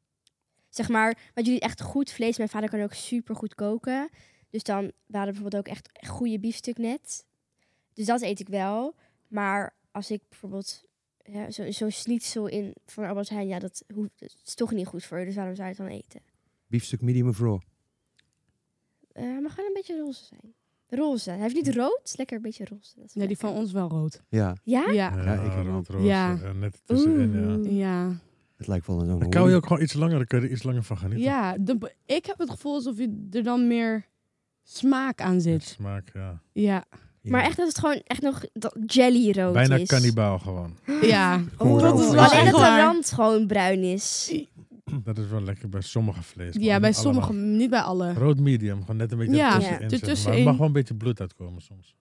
[SPEAKER 7] Zeg maar, want jullie echt goed vlees. Mijn vader kan ook super goed koken. Dus dan we hadden bijvoorbeeld ook echt goede biefstuk net. Dus dat eet ik wel. Maar als ik bijvoorbeeld ja, zo- zo'n schnitzel in van Albert Heijn, ja, dat, hoeft, dat is toch niet goed voor je. Dus waarom zou je het dan eten?
[SPEAKER 3] Biefstuk medium of raw?
[SPEAKER 7] Eh, hij mag wel een beetje roze zijn. Roze. Hij heeft niet rood, lekker een beetje roze. Dat is
[SPEAKER 1] Nee, die
[SPEAKER 7] lekker.
[SPEAKER 1] van ons wel rood.
[SPEAKER 3] Ja,
[SPEAKER 7] Ja?
[SPEAKER 1] Ja.
[SPEAKER 3] Ja, ik heb
[SPEAKER 2] rood
[SPEAKER 3] ook.
[SPEAKER 2] roos.
[SPEAKER 1] Ja.
[SPEAKER 2] Ja, net tussenin, ja.
[SPEAKER 7] Oeh.
[SPEAKER 1] Ja.
[SPEAKER 3] het lijkt wel een
[SPEAKER 2] Dan kan je ook gewoon iets langer, dan kun je er iets langer van genieten.
[SPEAKER 1] Ja, de- ik heb het gevoel alsof je er dan meer smaak aan
[SPEAKER 2] Met
[SPEAKER 1] zit.
[SPEAKER 2] smaak, ja.
[SPEAKER 1] Ja.
[SPEAKER 3] Ja.
[SPEAKER 7] Maar echt dat het gewoon echt nog dat jelly rood
[SPEAKER 2] Bijna
[SPEAKER 7] is.
[SPEAKER 2] kannibaal gewoon.
[SPEAKER 1] Ja.
[SPEAKER 3] Gewoon
[SPEAKER 1] Oh, dat
[SPEAKER 3] rood.
[SPEAKER 1] is wel
[SPEAKER 7] Alleen
[SPEAKER 1] echt
[SPEAKER 7] dat de
[SPEAKER 1] waar.
[SPEAKER 7] rand gewoon bruin is.
[SPEAKER 2] Dat is wel lekker bij sommige vlees. maar
[SPEAKER 1] Ja, bij
[SPEAKER 2] niet allemaal.
[SPEAKER 1] sommige, niet bij alle.
[SPEAKER 2] Rood medium, gewoon net een beetje
[SPEAKER 1] Ja, Ja.
[SPEAKER 2] ertussenin, zeg maar.
[SPEAKER 1] ertussenin.
[SPEAKER 2] Er mag wel een beetje bloed uitkomen soms.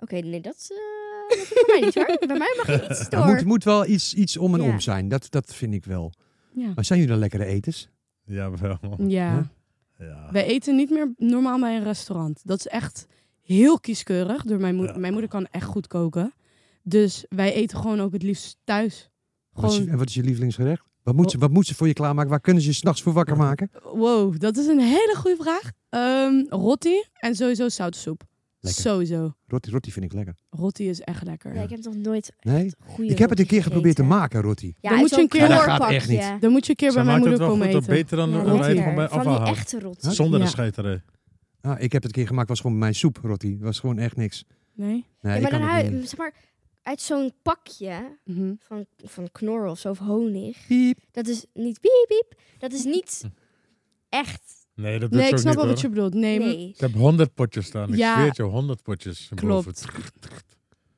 [SPEAKER 7] Oké, nee, dat, is, eh, dat is voor mij niet hoor. Bij mij mag je iets
[SPEAKER 3] Het
[SPEAKER 7] door.
[SPEAKER 3] moet, moet wel iets, iets om en
[SPEAKER 7] Ja.
[SPEAKER 3] om zijn, dat, dat vind ik wel.
[SPEAKER 1] Ja.
[SPEAKER 3] Maar zijn jullie dan lekkere eters?
[SPEAKER 2] Ja, wel.
[SPEAKER 3] Huh?
[SPEAKER 1] Ja.
[SPEAKER 2] Ja.
[SPEAKER 1] Wij eten niet meer normaal bij een restaurant. Dat is echt heel kieskeurig. Door mijn, moeder.
[SPEAKER 2] Ja.
[SPEAKER 1] mijn moeder kan echt goed koken. Dus wij eten gewoon ook het liefst thuis.
[SPEAKER 3] Wat is,
[SPEAKER 1] Gewoon,
[SPEAKER 3] en wat is je lievelingsgerecht? Wat
[SPEAKER 7] Oh.
[SPEAKER 3] moet, ze, wat moet ze voor je klaarmaken? Waar kunnen ze je s'nachts voor wakker maken?
[SPEAKER 1] wow, dat is een hele goede vraag. Ehm rotti en sowieso zoutsoep.
[SPEAKER 3] Lekker.
[SPEAKER 1] Sowieso.
[SPEAKER 3] Roti, roti vind ik lekker.
[SPEAKER 1] Rotti is echt lekker.
[SPEAKER 7] Ja, ik heb nog nooit
[SPEAKER 3] Nee?
[SPEAKER 7] goede
[SPEAKER 3] Ik heb het een
[SPEAKER 7] roodjes
[SPEAKER 3] keer geprobeerd te
[SPEAKER 7] gegeten.
[SPEAKER 3] maken, roti.
[SPEAKER 7] Ja,
[SPEAKER 1] Dan
[SPEAKER 7] uit
[SPEAKER 1] moet je
[SPEAKER 7] zo'n
[SPEAKER 1] een keer- Ja,
[SPEAKER 3] dat gaat echt
[SPEAKER 7] kleurpakje.
[SPEAKER 1] Dan moet je een keer bij mijn
[SPEAKER 2] maakt
[SPEAKER 1] moeder
[SPEAKER 2] het wel
[SPEAKER 1] komen
[SPEAKER 2] goed, hoor.
[SPEAKER 1] eten.
[SPEAKER 2] beter dan
[SPEAKER 7] Ja,
[SPEAKER 2] de
[SPEAKER 7] lekker.
[SPEAKER 2] oranje van mij
[SPEAKER 7] Van die
[SPEAKER 2] afhalen.
[SPEAKER 7] echte rot.
[SPEAKER 3] Huh?
[SPEAKER 2] Zonder
[SPEAKER 1] Ja.
[SPEAKER 2] de scheiterij.
[SPEAKER 3] Ah, ik heb het een keer gemaakt, was gewoon mijn soep, roti. was gewoon echt niks.
[SPEAKER 1] Nee?
[SPEAKER 3] Nee,
[SPEAKER 7] Ja,
[SPEAKER 3] ik
[SPEAKER 7] maar
[SPEAKER 3] kan
[SPEAKER 7] dan
[SPEAKER 3] het
[SPEAKER 7] hou
[SPEAKER 3] niet.
[SPEAKER 7] je, zeg maar, uit zo'n pakje
[SPEAKER 1] Mhm.
[SPEAKER 7] van, van knor of zo, of honig.
[SPEAKER 3] Piep.
[SPEAKER 7] Dat is niet piep, piep. Dat is niet echt.
[SPEAKER 2] Nee, dat doet
[SPEAKER 1] Nee,
[SPEAKER 2] ze
[SPEAKER 1] ik
[SPEAKER 2] ook
[SPEAKER 1] snap
[SPEAKER 2] niet
[SPEAKER 1] wel
[SPEAKER 2] hoor.
[SPEAKER 1] wat je bedoelt. Nee, maar-
[SPEAKER 7] Nee.
[SPEAKER 2] Ik heb honderd potjes staan. Ik
[SPEAKER 1] Ja.
[SPEAKER 2] zweer het je, honderd potjes. boven
[SPEAKER 1] klopt.
[SPEAKER 2] het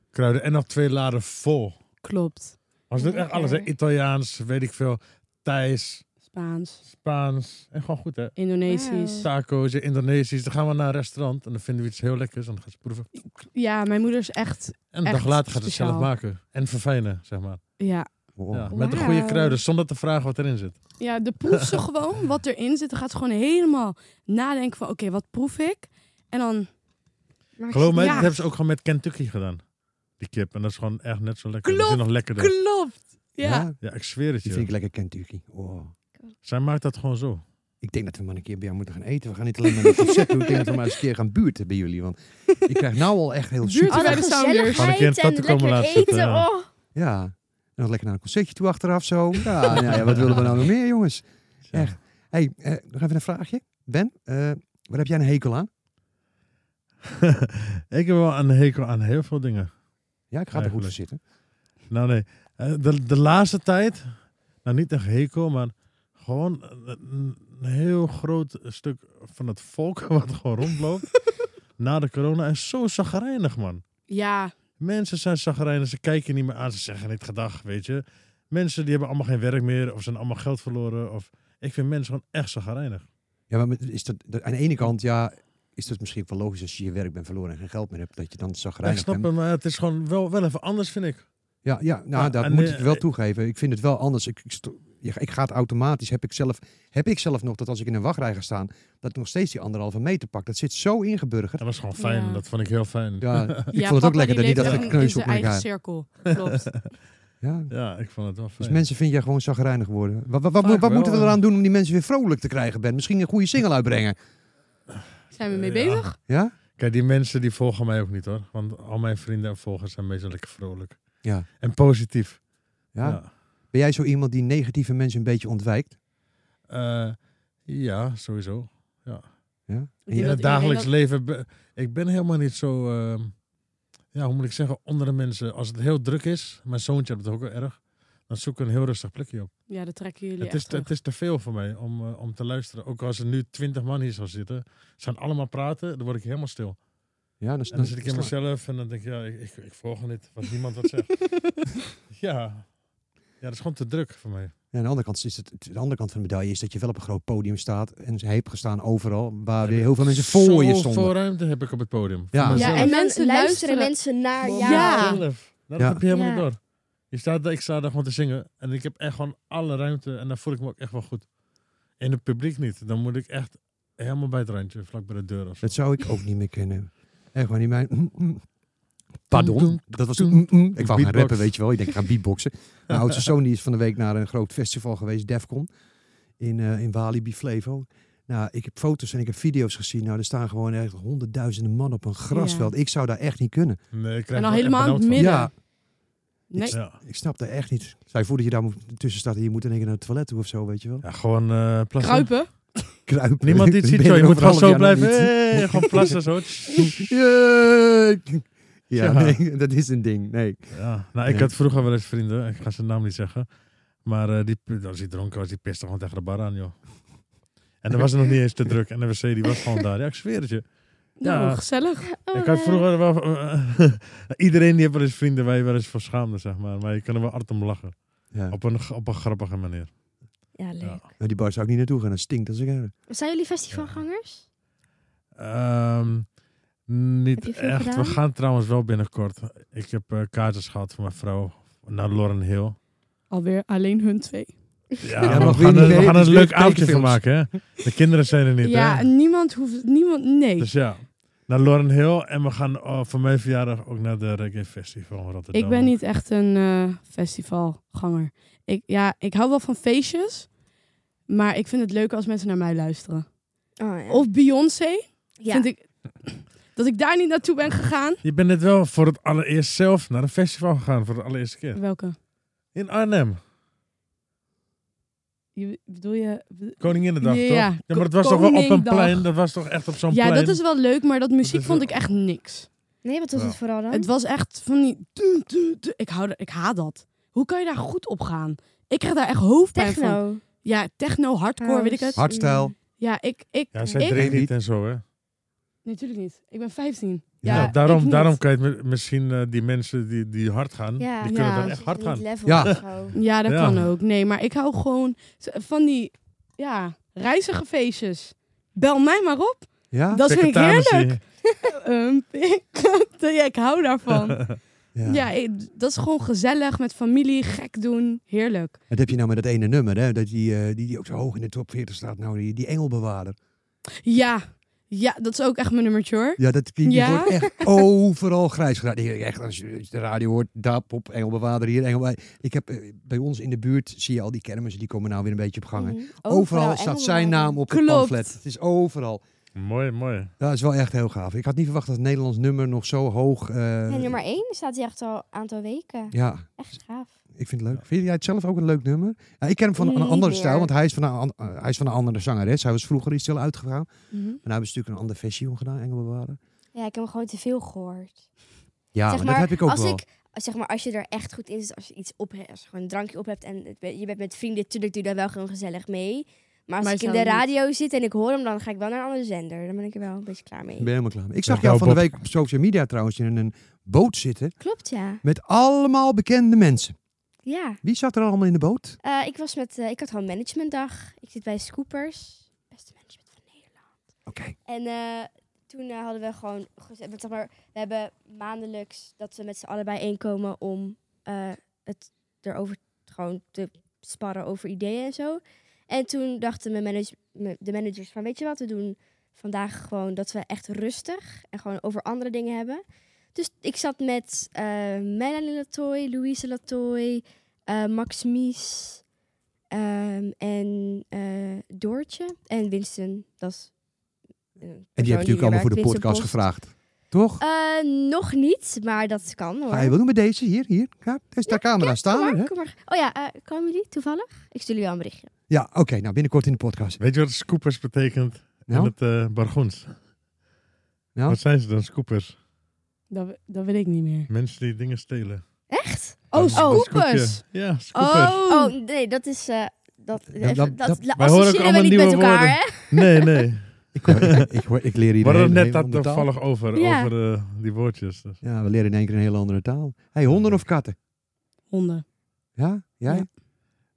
[SPEAKER 2] Kruiden en nog twee laden vol.
[SPEAKER 1] Klopt.
[SPEAKER 2] Als dit echt
[SPEAKER 7] Lekker.
[SPEAKER 2] alles, hè? Italiaans, weet ik veel, Thais,
[SPEAKER 1] Spaans,
[SPEAKER 2] Spaans. En gewoon goed, hè?
[SPEAKER 1] Indonesisch.
[SPEAKER 7] Wauw.
[SPEAKER 2] Taco's, Indonesisch. Dan gaan we naar een restaurant en dan vinden we iets heel lekkers en dan gaan ze proeven.
[SPEAKER 1] Ja, mijn moeder is echt...
[SPEAKER 2] En een
[SPEAKER 1] Echt
[SPEAKER 2] dag later gaat ze het zelf
[SPEAKER 1] speciaal.
[SPEAKER 2] maken. En verfijnen, zeg maar.
[SPEAKER 1] Ja,
[SPEAKER 3] Wow.
[SPEAKER 2] Ja, met de
[SPEAKER 7] Wauw.
[SPEAKER 2] goede kruiden, zonder te vragen wat erin zit.
[SPEAKER 1] Ja, de proef ze gewoon wat erin zit. Dan gaat ze gewoon helemaal nadenken van, oké, wat proef ik? En dan,
[SPEAKER 7] Maar
[SPEAKER 2] Geloof mij,
[SPEAKER 1] Ja.
[SPEAKER 2] dat hebben ze ook gewoon met Kentucky gedaan. Die kip. En dat is gewoon echt net zo lekker. Dat is
[SPEAKER 1] Klopt,
[SPEAKER 2] nog lekkerder.
[SPEAKER 1] klopt. Ja.
[SPEAKER 3] Ja,
[SPEAKER 2] Ja, ik zweer het
[SPEAKER 3] die vind ik
[SPEAKER 2] je.
[SPEAKER 3] lekker Kentucky. Oh.
[SPEAKER 2] Zij maakt dat gewoon zo.
[SPEAKER 3] Ik denk dat we maar een keer bij jou moeten gaan eten. We gaan niet alleen maar een recept doen. Ik denk dat we maar eens een keer gaan buurten bij jullie. Want ik krijg nou al echt heel
[SPEAKER 1] Buurten
[SPEAKER 3] super.
[SPEAKER 1] bij
[SPEAKER 7] Alle
[SPEAKER 1] de sounders.
[SPEAKER 2] Gewoon een keer een
[SPEAKER 7] Oh, gezelligheid en
[SPEAKER 2] tattoo komen
[SPEAKER 7] lekker
[SPEAKER 2] laten
[SPEAKER 7] eten.
[SPEAKER 2] zetten, ja.
[SPEAKER 7] Oh.
[SPEAKER 3] Ja. En nog lekker naar een concertje toe achteraf zo. Ja, nou ja, wat willen we nou nog meer, jongens? Echt. hey, eh, nog even een vraagje. Ben, eh, waar heb jij een hekel aan?
[SPEAKER 2] ik heb wel een hekel aan heel veel dingen.
[SPEAKER 3] Ja, ik ga er goed voor
[SPEAKER 2] Eigenlijk.
[SPEAKER 3] zitten.
[SPEAKER 2] Nou nee, Eh, de, de laatste tijd, nou niet echt hekel, maar gewoon een, een heel groot stuk van het volk wat gewoon rondloopt na de corona is zo zagrijnig man.
[SPEAKER 1] Ja,
[SPEAKER 2] Mensen zijn zagrijnig, ze kijken je niet meer aan, ze zeggen niet gedag, weet je. Mensen die hebben allemaal geen werk meer of zijn allemaal geld verloren of ik vind mensen gewoon echt zagrijnig.
[SPEAKER 3] Ja, maar met- is dat, dat- aan de ene kant, ja, is dat misschien wel logisch als je je werk bent verloren en geen geld meer hebt, dat je dan
[SPEAKER 2] Ik
[SPEAKER 3] zagrijnig
[SPEAKER 2] snap
[SPEAKER 3] bent.
[SPEAKER 2] het, maar het is gewoon wel, wel even anders vind ik.
[SPEAKER 3] Ja, ja, nou,
[SPEAKER 2] Ja,
[SPEAKER 3] dat
[SPEAKER 2] en,
[SPEAKER 3] moet
[SPEAKER 2] eh,
[SPEAKER 3] ik wel
[SPEAKER 2] eh,
[SPEAKER 3] toegeven. Ik vind het wel anders. Ik, ik sto- je- ik ga het automatisch. Heb ik, zelf, heb ik zelf nog dat als ik in een wachtrij ga staan, dat ik nog steeds die anderhalve meter pak. Dat zit zo ingeburgerd.
[SPEAKER 2] Dat was gewoon fijn.
[SPEAKER 1] Ja.
[SPEAKER 2] Dat vond ik heel fijn. Ja.
[SPEAKER 3] Ja, ik vond het ook lekker dat niet dat ik
[SPEAKER 1] in
[SPEAKER 3] kneus op
[SPEAKER 1] zijn
[SPEAKER 3] me
[SPEAKER 1] eigen
[SPEAKER 3] elkaar.
[SPEAKER 1] cirkel. Klopt.
[SPEAKER 3] Ja.
[SPEAKER 2] ik vond het wel
[SPEAKER 3] Dus
[SPEAKER 2] fijn.
[SPEAKER 3] mensen vind jij gewoon zagrijnig worden. Wat, wat, wat,
[SPEAKER 2] Vaak
[SPEAKER 3] wat moeten
[SPEAKER 2] wel.
[SPEAKER 3] we
[SPEAKER 2] eh,
[SPEAKER 3] eraan doen om die mensen weer vrolijk te krijgen, Ben? Misschien een goede single uitbrengen.
[SPEAKER 1] Zijn we mee
[SPEAKER 2] Ja.
[SPEAKER 1] bezig?
[SPEAKER 3] Ja?
[SPEAKER 2] Kijk, die mensen die volgen mij ook niet hoor. Want al mijn vrienden en volgers zijn meestal lekker vrolijk.
[SPEAKER 3] Ja.
[SPEAKER 2] En positief.
[SPEAKER 3] ja? Ben jij zo iemand die negatieve mensen een beetje ontwijkt?
[SPEAKER 2] Ja, Eh, ja sowieso.
[SPEAKER 3] Ja? En
[SPEAKER 1] Ik
[SPEAKER 3] je-
[SPEAKER 2] In
[SPEAKER 1] denk
[SPEAKER 2] het
[SPEAKER 1] dat iedereen
[SPEAKER 2] dagelijks leven. be- ik ben helemaal niet zo. ehm, ja, hoe moet ik zeggen? Onder de mensen. Als het heel druk is. Mijn zoontje had het ook wel erg. Dan zoek ik een heel rustig plekje op.
[SPEAKER 1] dat- Ja, dat trekken jullie
[SPEAKER 2] Het is,
[SPEAKER 1] echt
[SPEAKER 2] te,
[SPEAKER 1] terug.
[SPEAKER 2] het is te veel voor mij om, eh, om te luisteren. Ook als er nu twintig man hier zou zitten. Ze gaan allemaal praten. Dan word ik helemaal stil.
[SPEAKER 3] ja, dan,
[SPEAKER 2] En dan zit ik in mezelf. En dan denk ik, ja, ik, ik, ik volg niet. Wat niemand wat zegt. ja. Ja, dat is gewoon te druk voor mij.
[SPEAKER 3] Ja, aan de andere kant is het, de andere kant van de medaille is dat je wel op een groot podium staat en ze heeft gestaan overal, waar weer heel veel mensen voor je stonden.
[SPEAKER 2] Zoveel ruimte heb ik op het podium.
[SPEAKER 3] Ja.
[SPEAKER 2] Voor
[SPEAKER 3] Ja,
[SPEAKER 2] mezelf.
[SPEAKER 1] en
[SPEAKER 7] en
[SPEAKER 1] mensen
[SPEAKER 7] mensen luisteren
[SPEAKER 1] luisteren.
[SPEAKER 7] mensen naar
[SPEAKER 1] Ja.
[SPEAKER 7] jou.
[SPEAKER 1] Ja.
[SPEAKER 2] Zelf. Dat
[SPEAKER 3] Ja.
[SPEAKER 2] heb je helemaal
[SPEAKER 7] Ja.
[SPEAKER 2] niet door. Je staat, daar- ik sta daar gewoon te zingen. En ik heb echt gewoon alle ruimte. En daar voel ik me ook echt wel goed. In het publiek niet. Dan moet ik echt helemaal bij het randje. Vlak bij de deur of zo.
[SPEAKER 3] Dat zou ik ook niet meer kunnen. Echt gewoon niet mijn. Pardon, dat was een
[SPEAKER 2] Toen-
[SPEAKER 3] mm, mm. Ik wou gaan
[SPEAKER 2] Beatbox.
[SPEAKER 3] rappen, weet je wel. Ik denk, ik ga beatboxen. Mijn oudste zoon die is van de week naar een groot festival geweest, Defcon, in, eh, in Walibi, Flevo. Nou, ik heb foto's en ik heb video's gezien. Nou, er staan gewoon echt honderdduizenden man op een grasveld. Ik zou daar echt niet kunnen.
[SPEAKER 2] Nee, ik krijg
[SPEAKER 1] En al
[SPEAKER 2] wel echt
[SPEAKER 1] helemaal in het
[SPEAKER 2] benauwd
[SPEAKER 1] midden.
[SPEAKER 3] Ja.
[SPEAKER 1] Nee.
[SPEAKER 2] van. Ja.
[SPEAKER 3] Ik snap dat echt niet. Zij voelde je daar moet- tussen staat en je moet in één keer naar het toilet toe of zo, weet je wel.
[SPEAKER 2] Ja, gewoon eh plassen.
[SPEAKER 1] Kruipen?
[SPEAKER 3] Kruipen.
[SPEAKER 2] Niemand die
[SPEAKER 3] Ik
[SPEAKER 2] het ziet
[SPEAKER 3] ben
[SPEAKER 2] zo. Je
[SPEAKER 3] er
[SPEAKER 2] moet
[SPEAKER 3] over
[SPEAKER 2] gewoon zo
[SPEAKER 3] een half
[SPEAKER 2] blijven.
[SPEAKER 3] jaar nog niet.
[SPEAKER 2] Hey, gewoon plassen zo.
[SPEAKER 3] Jee! Ja,
[SPEAKER 2] Ja.
[SPEAKER 3] nee, dat is een ding. Nee.
[SPEAKER 2] Ja. Nou, ik
[SPEAKER 3] Nee.
[SPEAKER 2] had vroeger wel eens vrienden. Ik ga zijn naam niet zeggen. Maar eh, die, als hij dronken was, die piste gewoon tegen de bar aan, joh. En dan was het nog niet eens te druk. En de wc die was gewoon daar. Ja, ik zweer het je.
[SPEAKER 1] Nou,
[SPEAKER 2] Ja.
[SPEAKER 1] gezellig.
[SPEAKER 7] Oh,
[SPEAKER 2] ik had vroeger wel... eh, iedereen die heeft wel eens vrienden waar je wel eens voor schaamde, zeg maar. Maar je kan er wel hard om lachen.
[SPEAKER 3] Ja.
[SPEAKER 2] Op een, op een grappige manier.
[SPEAKER 7] Ja, leuk.
[SPEAKER 2] Ja.
[SPEAKER 3] Maar Nou, die bar zou ik niet naartoe gaan. Dat stinkt als ik er.
[SPEAKER 7] Zijn jullie festivalgangers?
[SPEAKER 2] Ehm,
[SPEAKER 7] Heb
[SPEAKER 2] niet
[SPEAKER 7] je veel
[SPEAKER 2] echt.
[SPEAKER 7] gedaan?
[SPEAKER 2] We gaan trouwens wel binnenkort. Ik heb eh kaartjes gehad voor mijn vrouw naar Lauren Hill.
[SPEAKER 1] Alweer alleen hun twee.
[SPEAKER 2] Ja,
[SPEAKER 3] Ja,
[SPEAKER 2] we gaan
[SPEAKER 3] mag weer
[SPEAKER 2] er,
[SPEAKER 3] niet
[SPEAKER 2] we
[SPEAKER 3] mee,
[SPEAKER 2] gaan er
[SPEAKER 3] dus
[SPEAKER 2] een
[SPEAKER 3] weer
[SPEAKER 2] leuk avondje van
[SPEAKER 3] tekenfilms.
[SPEAKER 2] maken, hè? De kinderen zijn er niet,
[SPEAKER 1] ja,
[SPEAKER 2] hè?
[SPEAKER 1] en niemand hoeft... Niemand... Nee.
[SPEAKER 2] Dus ja, naar Lauren Hill. En we gaan oh, voor mijn verjaardag ook naar de Reggae Festival in Rotterdam.
[SPEAKER 1] ik ben niet echt een eh, festivalganger. Ik, ja, ik hou wel van feestjes. Maar ik vind het leuk als mensen naar mij luisteren.
[SPEAKER 7] Oh, ja.
[SPEAKER 1] Of Beyoncé.
[SPEAKER 7] Ja.
[SPEAKER 1] Vind ik... Dat ik daar niet naartoe ben gegaan.
[SPEAKER 2] Je bent net wel voor het allereerst zelf naar een festival gegaan. Voor de allereerste keer.
[SPEAKER 1] Welke?
[SPEAKER 2] In Arnhem.
[SPEAKER 1] Je, bedoel je...
[SPEAKER 2] Koninginnedag,
[SPEAKER 1] Ja,
[SPEAKER 2] toch?
[SPEAKER 1] ja.
[SPEAKER 2] Ja, maar dat was toch wel op een
[SPEAKER 1] Koninginnedag.
[SPEAKER 2] plein. Dat was toch echt op zo'n
[SPEAKER 1] ja,
[SPEAKER 2] plein.
[SPEAKER 1] dat is wel leuk, maar dat muziek
[SPEAKER 2] is
[SPEAKER 1] vond
[SPEAKER 2] wel-
[SPEAKER 1] ik echt niks.
[SPEAKER 7] Nee, wat was het vooral dan?
[SPEAKER 1] Het was echt van die... tu, tu, tu. Ik, hou, er- ik haat dat. Hoe kan je daar goed op gaan? Ik krijg daar echt hoofdpijn van.
[SPEAKER 7] Techno.
[SPEAKER 1] Ja, techno, hardcore, weet ik het.
[SPEAKER 7] House.
[SPEAKER 3] Hardstyle.
[SPEAKER 1] Ja, ik... ik
[SPEAKER 2] Ja, zij
[SPEAKER 1] ik-
[SPEAKER 2] drinkt
[SPEAKER 3] Ik-
[SPEAKER 2] niet en zo, hè?
[SPEAKER 1] Nee, natuurlijk niet. Ik ben 15.
[SPEAKER 3] Ja,
[SPEAKER 1] Ja,
[SPEAKER 2] Ja,
[SPEAKER 1] ik
[SPEAKER 2] daarom,
[SPEAKER 1] niet.
[SPEAKER 2] daarom kan je het mi- misschien eh, die mensen die, die hard gaan,
[SPEAKER 7] Ja.
[SPEAKER 2] die kunnen
[SPEAKER 1] Ja,
[SPEAKER 2] dan echt hard gaan.
[SPEAKER 3] Ja.
[SPEAKER 1] Ja, dat
[SPEAKER 2] Ja.
[SPEAKER 1] kan ook. Nee, maar ik hou gewoon z- van die ja, reizige feestjes. Bel mij maar op.
[SPEAKER 3] Ja?
[SPEAKER 1] Dat vind ik
[SPEAKER 2] Secretarissen.
[SPEAKER 1] heerlijk. Ehm, ik- ja, ik hou daarvan.
[SPEAKER 3] Ja.
[SPEAKER 1] Ja, ik- dat is gewoon gezellig met familie, gek doen. Heerlijk.
[SPEAKER 3] Dat heb je nou met dat ene nummer, hè? Dat die, eh, die, die ook zo hoog in de top 40 staat. Nou, die, die engelbewaarder.
[SPEAKER 1] Ja, ja dat is ook echt mijn nummertje hoor.
[SPEAKER 3] Ja, dat, die, die
[SPEAKER 1] Ja?
[SPEAKER 3] wordt echt overal grijs gedaan. Die- Echt, als je als je de radio hoort, daar pop, engelbewaarder hier, engelbewaarder. Ik heb, eh, bij ons in de buurt zie je al die kermissen, die komen nou weer een beetje op gangen.
[SPEAKER 1] Mhm.
[SPEAKER 3] Overal, staat zijn naam op het
[SPEAKER 1] Mm, Klopt.
[SPEAKER 3] pamflet. Het is overal.
[SPEAKER 2] Mooi, mooi.
[SPEAKER 3] Dat is wel echt heel gaaf. Ik had niet verwacht dat het Nederlands nummer nog zo hoog... eh,
[SPEAKER 7] En nummer 1 staat hij echt al een aantal weken.
[SPEAKER 3] Ja,
[SPEAKER 7] Echt gaaf.
[SPEAKER 3] Ik vind het leuk. Vind jij het zelf ook een leuk nummer? Ja, ik ken hem van een
[SPEAKER 7] Niet
[SPEAKER 3] andere
[SPEAKER 7] meer.
[SPEAKER 3] stijl, want hij is van een, an- eh, hij is van een andere zangeres. Hij was vroeger iets stil uitgegaan. Maar
[SPEAKER 1] Mhm.
[SPEAKER 3] nou hebben ze natuurlijk een andere versie gedaan, Engelbewaarder.
[SPEAKER 7] Ja, ik heb hem gewoon te veel gehoord.
[SPEAKER 3] Ja,
[SPEAKER 7] zeg
[SPEAKER 3] maar, dat heb ik ook
[SPEAKER 7] als
[SPEAKER 3] wel.
[SPEAKER 7] Ik, zeg maar, als je er echt goed in zit, als je iets op hebt, als je gewoon een drankje op hebt en het be- je bent met vrienden, tuurlijk doe je daar wel gewoon gezellig mee. Maar als
[SPEAKER 1] Maar
[SPEAKER 7] ik in
[SPEAKER 1] zou
[SPEAKER 7] de
[SPEAKER 1] niet-
[SPEAKER 7] radio zit en ik hoor hem, dan ga ik wel naar een andere zender. Dan ben ik er wel een beetje klaar mee.
[SPEAKER 3] Ik ben helemaal klaar mee. Ik zag
[SPEAKER 2] Ja,
[SPEAKER 3] jou
[SPEAKER 2] nou,
[SPEAKER 3] van de week op social media trouwens in een boot zitten
[SPEAKER 7] Klopt, ja.
[SPEAKER 3] met allemaal bekende mensen.
[SPEAKER 7] Ja.
[SPEAKER 3] Wie zat er allemaal in de boot?
[SPEAKER 7] Eh, ik, was met, eh, ik had gewoon managementdag. Ik zit bij Scoopers. Beste management van Nederland.
[SPEAKER 3] Oké.
[SPEAKER 7] En eh, toen eh, hadden we gewoon gezet, want zeg maar, we hebben maandelijks dat we met z'n allen bijeenkomen om eh, het erover gewoon te sparren over ideeën en zo. En toen dachten mijn manage- me- de managers van, weet je wat, we doen vandaag gewoon dat we echt rustig en gewoon over andere dingen hebben. Dus ik zat met eh, Melanie Latoy, Louise Latoy, eh, Max Mies ehm, en eh, Doortje en Winston. Dat is
[SPEAKER 3] En
[SPEAKER 7] een persoon
[SPEAKER 3] die heb je
[SPEAKER 7] hier
[SPEAKER 3] natuurlijk allemaal voor de
[SPEAKER 7] werkt, Winston
[SPEAKER 3] podcast
[SPEAKER 7] Post.
[SPEAKER 3] gevraagd. Toch?
[SPEAKER 7] Eh, nog niet, maar dat kan hoor.
[SPEAKER 3] Ga Ah, je wel doen met deze? Hier, hier. Ja, is daar camera
[SPEAKER 7] Kom
[SPEAKER 3] staan?
[SPEAKER 7] maar,
[SPEAKER 3] Hè?
[SPEAKER 7] kom maar. Oh ja, eh, komen jullie toevallig? Ik stuur jullie wel een berichtje.
[SPEAKER 3] Ja, oké. nou, binnenkort in de podcast.
[SPEAKER 2] Weet je wat scoopers betekent
[SPEAKER 3] Nou?
[SPEAKER 2] in het eh Bargoens?
[SPEAKER 3] Nou?
[SPEAKER 2] Wat zijn ze dan, scoopers?
[SPEAKER 1] Dat, we- dat weet ik niet meer.
[SPEAKER 2] Mensen die dingen stelen.
[SPEAKER 7] Echt?
[SPEAKER 1] Oh,
[SPEAKER 2] Dat is een
[SPEAKER 1] scoopers!
[SPEAKER 2] scoopje. Ja, scoopers.
[SPEAKER 1] Oh,
[SPEAKER 7] Oh nee, dat is... eh, dat, even- dat,
[SPEAKER 3] dat- dat-
[SPEAKER 7] la-
[SPEAKER 2] Wij horen ook
[SPEAKER 7] associëren we
[SPEAKER 2] allemaal
[SPEAKER 7] niet met
[SPEAKER 2] nieuwe
[SPEAKER 7] elkaar,
[SPEAKER 2] woorden. Nee,
[SPEAKER 7] hè?
[SPEAKER 2] nee.
[SPEAKER 3] Ik, hoor- ik, ik, hoor- ik leer hier
[SPEAKER 2] We hadden
[SPEAKER 3] een
[SPEAKER 2] net
[SPEAKER 3] hele
[SPEAKER 2] dat
[SPEAKER 3] andere taal.
[SPEAKER 2] toevallig over,
[SPEAKER 7] Ja.
[SPEAKER 2] over eh, die woordjes. Dus.
[SPEAKER 3] Ja, we leren in één keer een hele andere taal. Hey, honden of katten?
[SPEAKER 1] Honden.
[SPEAKER 3] Ja? Jij? Ja.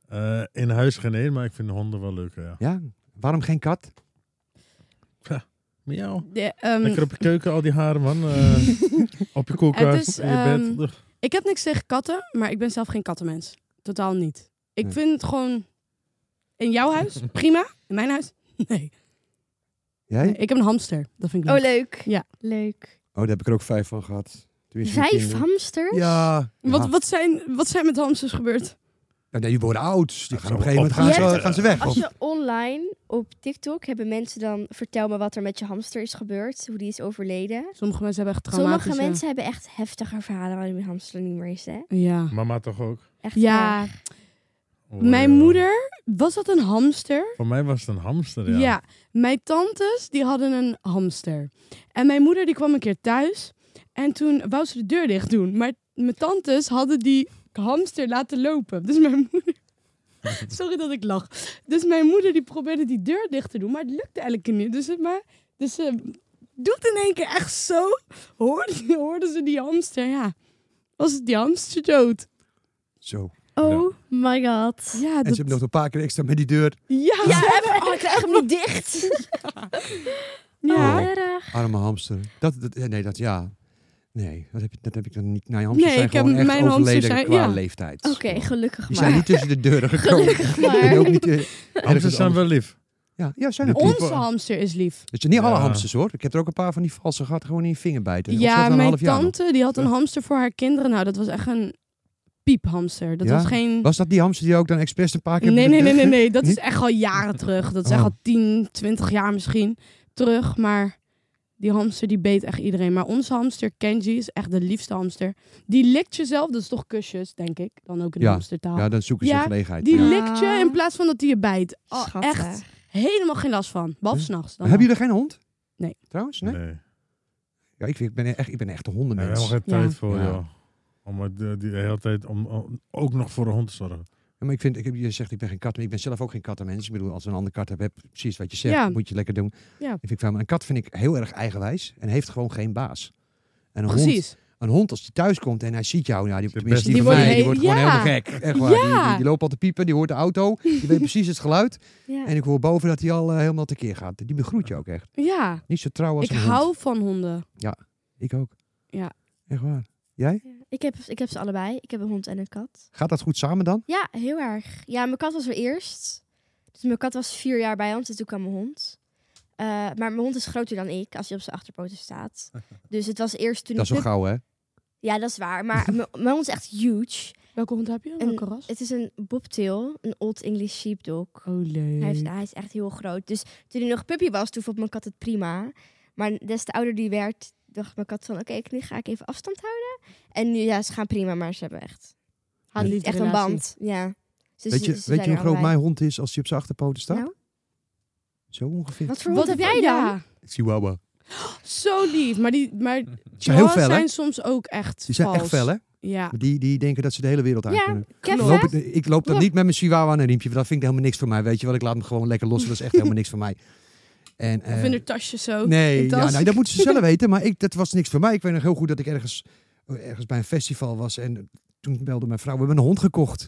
[SPEAKER 1] Ja.
[SPEAKER 2] Eh, in huis geen één, maar ik vind honden wel leuker, ja.
[SPEAKER 3] Waarom geen kat?
[SPEAKER 2] Miauw.
[SPEAKER 1] De, ehm,
[SPEAKER 2] Lekker op je keuken, al die haren, man. Eh, op je koelkast,
[SPEAKER 1] Het is,
[SPEAKER 2] in je bed.
[SPEAKER 1] ehm,
[SPEAKER 2] Ugh.
[SPEAKER 1] ik heb niks tegen katten, maar ik ben zelf geen kattenmens. Totaal niet. Ik
[SPEAKER 3] Nee.
[SPEAKER 1] vind het gewoon... In jouw huis? Prima. In mijn huis? Nee.
[SPEAKER 3] Jij?
[SPEAKER 1] Nee, Ik heb een hamster. Dat vind ik
[SPEAKER 7] Oh
[SPEAKER 1] leuk.
[SPEAKER 7] leuk.
[SPEAKER 1] Ja.
[SPEAKER 7] Leuk.
[SPEAKER 3] Oh, daar heb ik er ook vijf van gehad. Tenminste, mijn
[SPEAKER 7] Vijf
[SPEAKER 3] kinderen.
[SPEAKER 7] hamsters?
[SPEAKER 3] Ja.
[SPEAKER 1] wat,
[SPEAKER 3] Ja.
[SPEAKER 1] wat, zijn, wat zijn met hamsters gebeerd?
[SPEAKER 3] Ja, nee, die worden oud. Die gaan op een
[SPEAKER 2] zo
[SPEAKER 3] gegeven moment gaan
[SPEAKER 7] op-
[SPEAKER 3] ze, gaan ze weg.
[SPEAKER 7] Als
[SPEAKER 3] Of-
[SPEAKER 7] je online op TikTok hebben mensen dan vertel me wat er met je hamster is gebeurd, hoe die is overleden.
[SPEAKER 1] Sommige mensen hebben echt traumatische...
[SPEAKER 7] Sommige mensen hebben echt heftige verhalen waarom hun hamster niet meer is, hè?
[SPEAKER 1] Ja.
[SPEAKER 2] Mama toch ook?
[SPEAKER 7] Echt
[SPEAKER 1] Ja,
[SPEAKER 7] erg.
[SPEAKER 2] Oh,
[SPEAKER 1] Mijn
[SPEAKER 2] joh.
[SPEAKER 1] moeder, was dat een hamster?
[SPEAKER 2] Voor mij was het een hamster,
[SPEAKER 1] Ja.
[SPEAKER 2] ja.
[SPEAKER 1] Mijn tantes, die hadden een hamster. En mijn moeder, die kwam een keer thuis. En toen wou ze de deur dicht doen. Maar mijn tantes hadden die hamster laten lopen. Dus mijn moeder... Sorry dat ik lach. Dus mijn moeder, die probeerde die deur dicht te doen. Maar het lukte elke keer niet. Dus, het maar, dus ze doet in één keer echt zo. Hoorden, hoorden ze die hamster, ja. Was het die hamster dood?
[SPEAKER 3] Zo.
[SPEAKER 7] Oh my god.
[SPEAKER 1] Ja,
[SPEAKER 3] En ze hebben nog een paar keer extra met die deur.
[SPEAKER 1] Ja,
[SPEAKER 7] Ja, even, oh, ik krijg hem niet dicht.
[SPEAKER 1] Ja.
[SPEAKER 7] Oh, erg.
[SPEAKER 3] Arme hamster. Dat, dat, nee, dat ja. Nee, dat heb, je- dat heb ik dan niet. Nou, je hamsters
[SPEAKER 1] Nee,
[SPEAKER 3] zijn
[SPEAKER 1] ik heb-
[SPEAKER 3] gewoon echt
[SPEAKER 1] mijn hamsters
[SPEAKER 3] overleden
[SPEAKER 1] zijn-
[SPEAKER 3] qua
[SPEAKER 1] ja.
[SPEAKER 3] leeftijd.
[SPEAKER 7] Oké, gelukkig
[SPEAKER 3] Die
[SPEAKER 7] maar.
[SPEAKER 3] zijn niet tussen de deuren gekomen.
[SPEAKER 7] Gelukkig
[SPEAKER 3] En ook
[SPEAKER 7] maar.
[SPEAKER 3] niet, eh, ergens
[SPEAKER 2] Hamsters zijn
[SPEAKER 3] anders.
[SPEAKER 2] wel lief.
[SPEAKER 3] Ja, ja, zijn
[SPEAKER 2] Die
[SPEAKER 3] er.
[SPEAKER 2] Ons-
[SPEAKER 1] Onze hamster is lief.
[SPEAKER 3] Het zijn Dus niet alle
[SPEAKER 2] Ja.
[SPEAKER 3] hamsters hoor. Ik heb er ook een paar van die valse gehad gewoon in je vinger bijten. Of zelfs na
[SPEAKER 1] Ja,
[SPEAKER 3] een
[SPEAKER 1] mijn
[SPEAKER 3] half jaar nog.
[SPEAKER 1] tante die had een hamster voor haar kinderen. Nou, dat was echt een piephamster. Dat
[SPEAKER 3] Ja?
[SPEAKER 1] was geen...
[SPEAKER 3] Was dat die hamster die ook dan expres een paar keer...
[SPEAKER 1] nee, nee, nee, nee, nee. Dat is
[SPEAKER 3] Niet?
[SPEAKER 1] echt al jaren terug. Dat is
[SPEAKER 3] Oh.
[SPEAKER 1] echt al 10, 20 jaar misschien terug. Maar die hamster die beet echt iedereen. Maar onze hamster Kenji is echt de liefste hamster. Die likt jezelf. Dat is toch kusjes, denk ik. Dan ook in de
[SPEAKER 3] Ja,
[SPEAKER 1] hamstertaal.
[SPEAKER 3] Ja, dan zoeken ze
[SPEAKER 1] Ja,
[SPEAKER 3] een gelegenheid.
[SPEAKER 1] Die
[SPEAKER 3] Ja.
[SPEAKER 1] likt je in plaats van dat die je bijt. Oh,
[SPEAKER 7] Schattig.
[SPEAKER 1] echt helemaal geen last van. Behalve
[SPEAKER 3] Huh?
[SPEAKER 1] s'nachts.
[SPEAKER 3] Hebben jullie geen hond?
[SPEAKER 1] Nee.
[SPEAKER 3] Trouwens, nee? Oh,
[SPEAKER 2] Nee. Daar
[SPEAKER 3] Ja, ik, ik ben echt, ik ben echt
[SPEAKER 2] hebben
[SPEAKER 3] een
[SPEAKER 2] we
[SPEAKER 3] hondenmens.
[SPEAKER 2] helemaal geen
[SPEAKER 1] Ja.
[SPEAKER 2] tijd voor,
[SPEAKER 3] Ja.
[SPEAKER 2] joh. Om het, eh, die hele tijd om, om ook nog voor een hond te zorgen.
[SPEAKER 3] Ja, maar ik vind, ik, heb- je zegt ik ben geen kat, maar ik ben zelf ook geen kattenmens. Ik bedoel, als een andere kat heb, heb precies wat je zegt,
[SPEAKER 1] Ja.
[SPEAKER 3] moet je lekker doen.
[SPEAKER 1] Ja.
[SPEAKER 3] Ik vind ik fijn, maar een kat vind ik heel erg eigenwijs en heeft gewoon geen baas. En een hond,
[SPEAKER 1] Precies.
[SPEAKER 3] een hond als die thuis komt en hij ziet jou, nou, die,
[SPEAKER 2] Zit
[SPEAKER 3] tenminste, die,
[SPEAKER 1] best
[SPEAKER 3] van
[SPEAKER 1] in de
[SPEAKER 3] mij,
[SPEAKER 1] heen.
[SPEAKER 3] die wordt gewoon
[SPEAKER 1] Ja.
[SPEAKER 3] helemaal gek. Echt waar. Die,
[SPEAKER 1] Ja.
[SPEAKER 3] die, die loopt al te piepen, die hoort de auto, die weet precies het geluid.
[SPEAKER 7] Ja.
[SPEAKER 3] En ik hoor boven dat hij al eh, helemaal tekeer gaat. Die begroet je ook echt.
[SPEAKER 1] Ja.
[SPEAKER 3] Niet zo trouw als
[SPEAKER 1] Ik
[SPEAKER 3] een hond.
[SPEAKER 1] hou van honden.
[SPEAKER 3] Ik ook.
[SPEAKER 1] Ja.
[SPEAKER 3] Echt waar. Jij?
[SPEAKER 7] Ik heb, ik heb ze allebei. Ik heb een hond en een kat.
[SPEAKER 3] Gaat dat goed samen dan?
[SPEAKER 7] Ja, heel erg. Ja, mijn kat was er eerst. Dus mijn kat was vier jaar bij ons en toen kwam mijn hond. Eh, maar mijn hond is groter dan ik als hij op zijn achterpoten staat. Dus het was eerst toen
[SPEAKER 3] Dat is
[SPEAKER 7] ik...
[SPEAKER 3] wel gauw, hè?
[SPEAKER 7] Ja, dat is waar. Maar mijn mijn hond is echt huge.
[SPEAKER 1] Welke hond heb je?
[SPEAKER 7] Een-
[SPEAKER 1] Welke ras?
[SPEAKER 7] Het is een bobtail, een Old English Sheepdog.
[SPEAKER 1] Oh,
[SPEAKER 7] Hij, is,
[SPEAKER 1] leuk.
[SPEAKER 7] hij is echt heel groot. Dus toen hij nog puppy was, toen vond mijn kat het prima. Maar des te ouder die werd, dacht mijn kat van... Oké, ik nu ga ik even afstand houden. En nu, ja, ze gaan prima, maar ze hebben echt...
[SPEAKER 1] Hadden
[SPEAKER 7] niet echt een band. Ja. Ze-
[SPEAKER 3] Weet je,
[SPEAKER 7] ze- ze
[SPEAKER 3] weet
[SPEAKER 7] zijn
[SPEAKER 3] je hoe
[SPEAKER 7] er
[SPEAKER 3] groot
[SPEAKER 7] allebei.
[SPEAKER 3] mijn hond is als hij op zijn achterpoten staat?
[SPEAKER 7] Nou?
[SPEAKER 3] Zo ongeveer.
[SPEAKER 7] Wat voor hond heb jij dan?
[SPEAKER 1] Ja,
[SPEAKER 3] Chihuahua.
[SPEAKER 1] zo lief. Maar die maar
[SPEAKER 3] zijn heel
[SPEAKER 1] chihuahuas
[SPEAKER 3] fel, hè?
[SPEAKER 1] zijn soms ook echt
[SPEAKER 3] Die zijn
[SPEAKER 1] vals.
[SPEAKER 3] echt fel, hè?
[SPEAKER 1] Ja.
[SPEAKER 3] Die, die denken dat ze de hele wereld aan
[SPEAKER 7] Ah. Ja,
[SPEAKER 3] kunnen.
[SPEAKER 7] Kevin?
[SPEAKER 3] Ik loop, het- ik loop dan
[SPEAKER 7] Ja.
[SPEAKER 3] niet met mijn chihuahua aan een riempje, want dat vind ik helemaal niks voor mij. Weet je wel, ik laat hem gewoon lekker los. Dat is echt helemaal niks voor mij. En, eh,
[SPEAKER 1] Of in haar tasje
[SPEAKER 7] Oh,
[SPEAKER 1] zo.
[SPEAKER 3] Nee,
[SPEAKER 1] in
[SPEAKER 3] ja,
[SPEAKER 1] tas.
[SPEAKER 3] nou, dat moeten ze zelf weten. Maar ik, dat was niks voor mij. Ik weet nog heel goed dat ik ergens, eh, ergens bij een festival was. En toen belde mijn vrouw, we hebben een hond gekocht.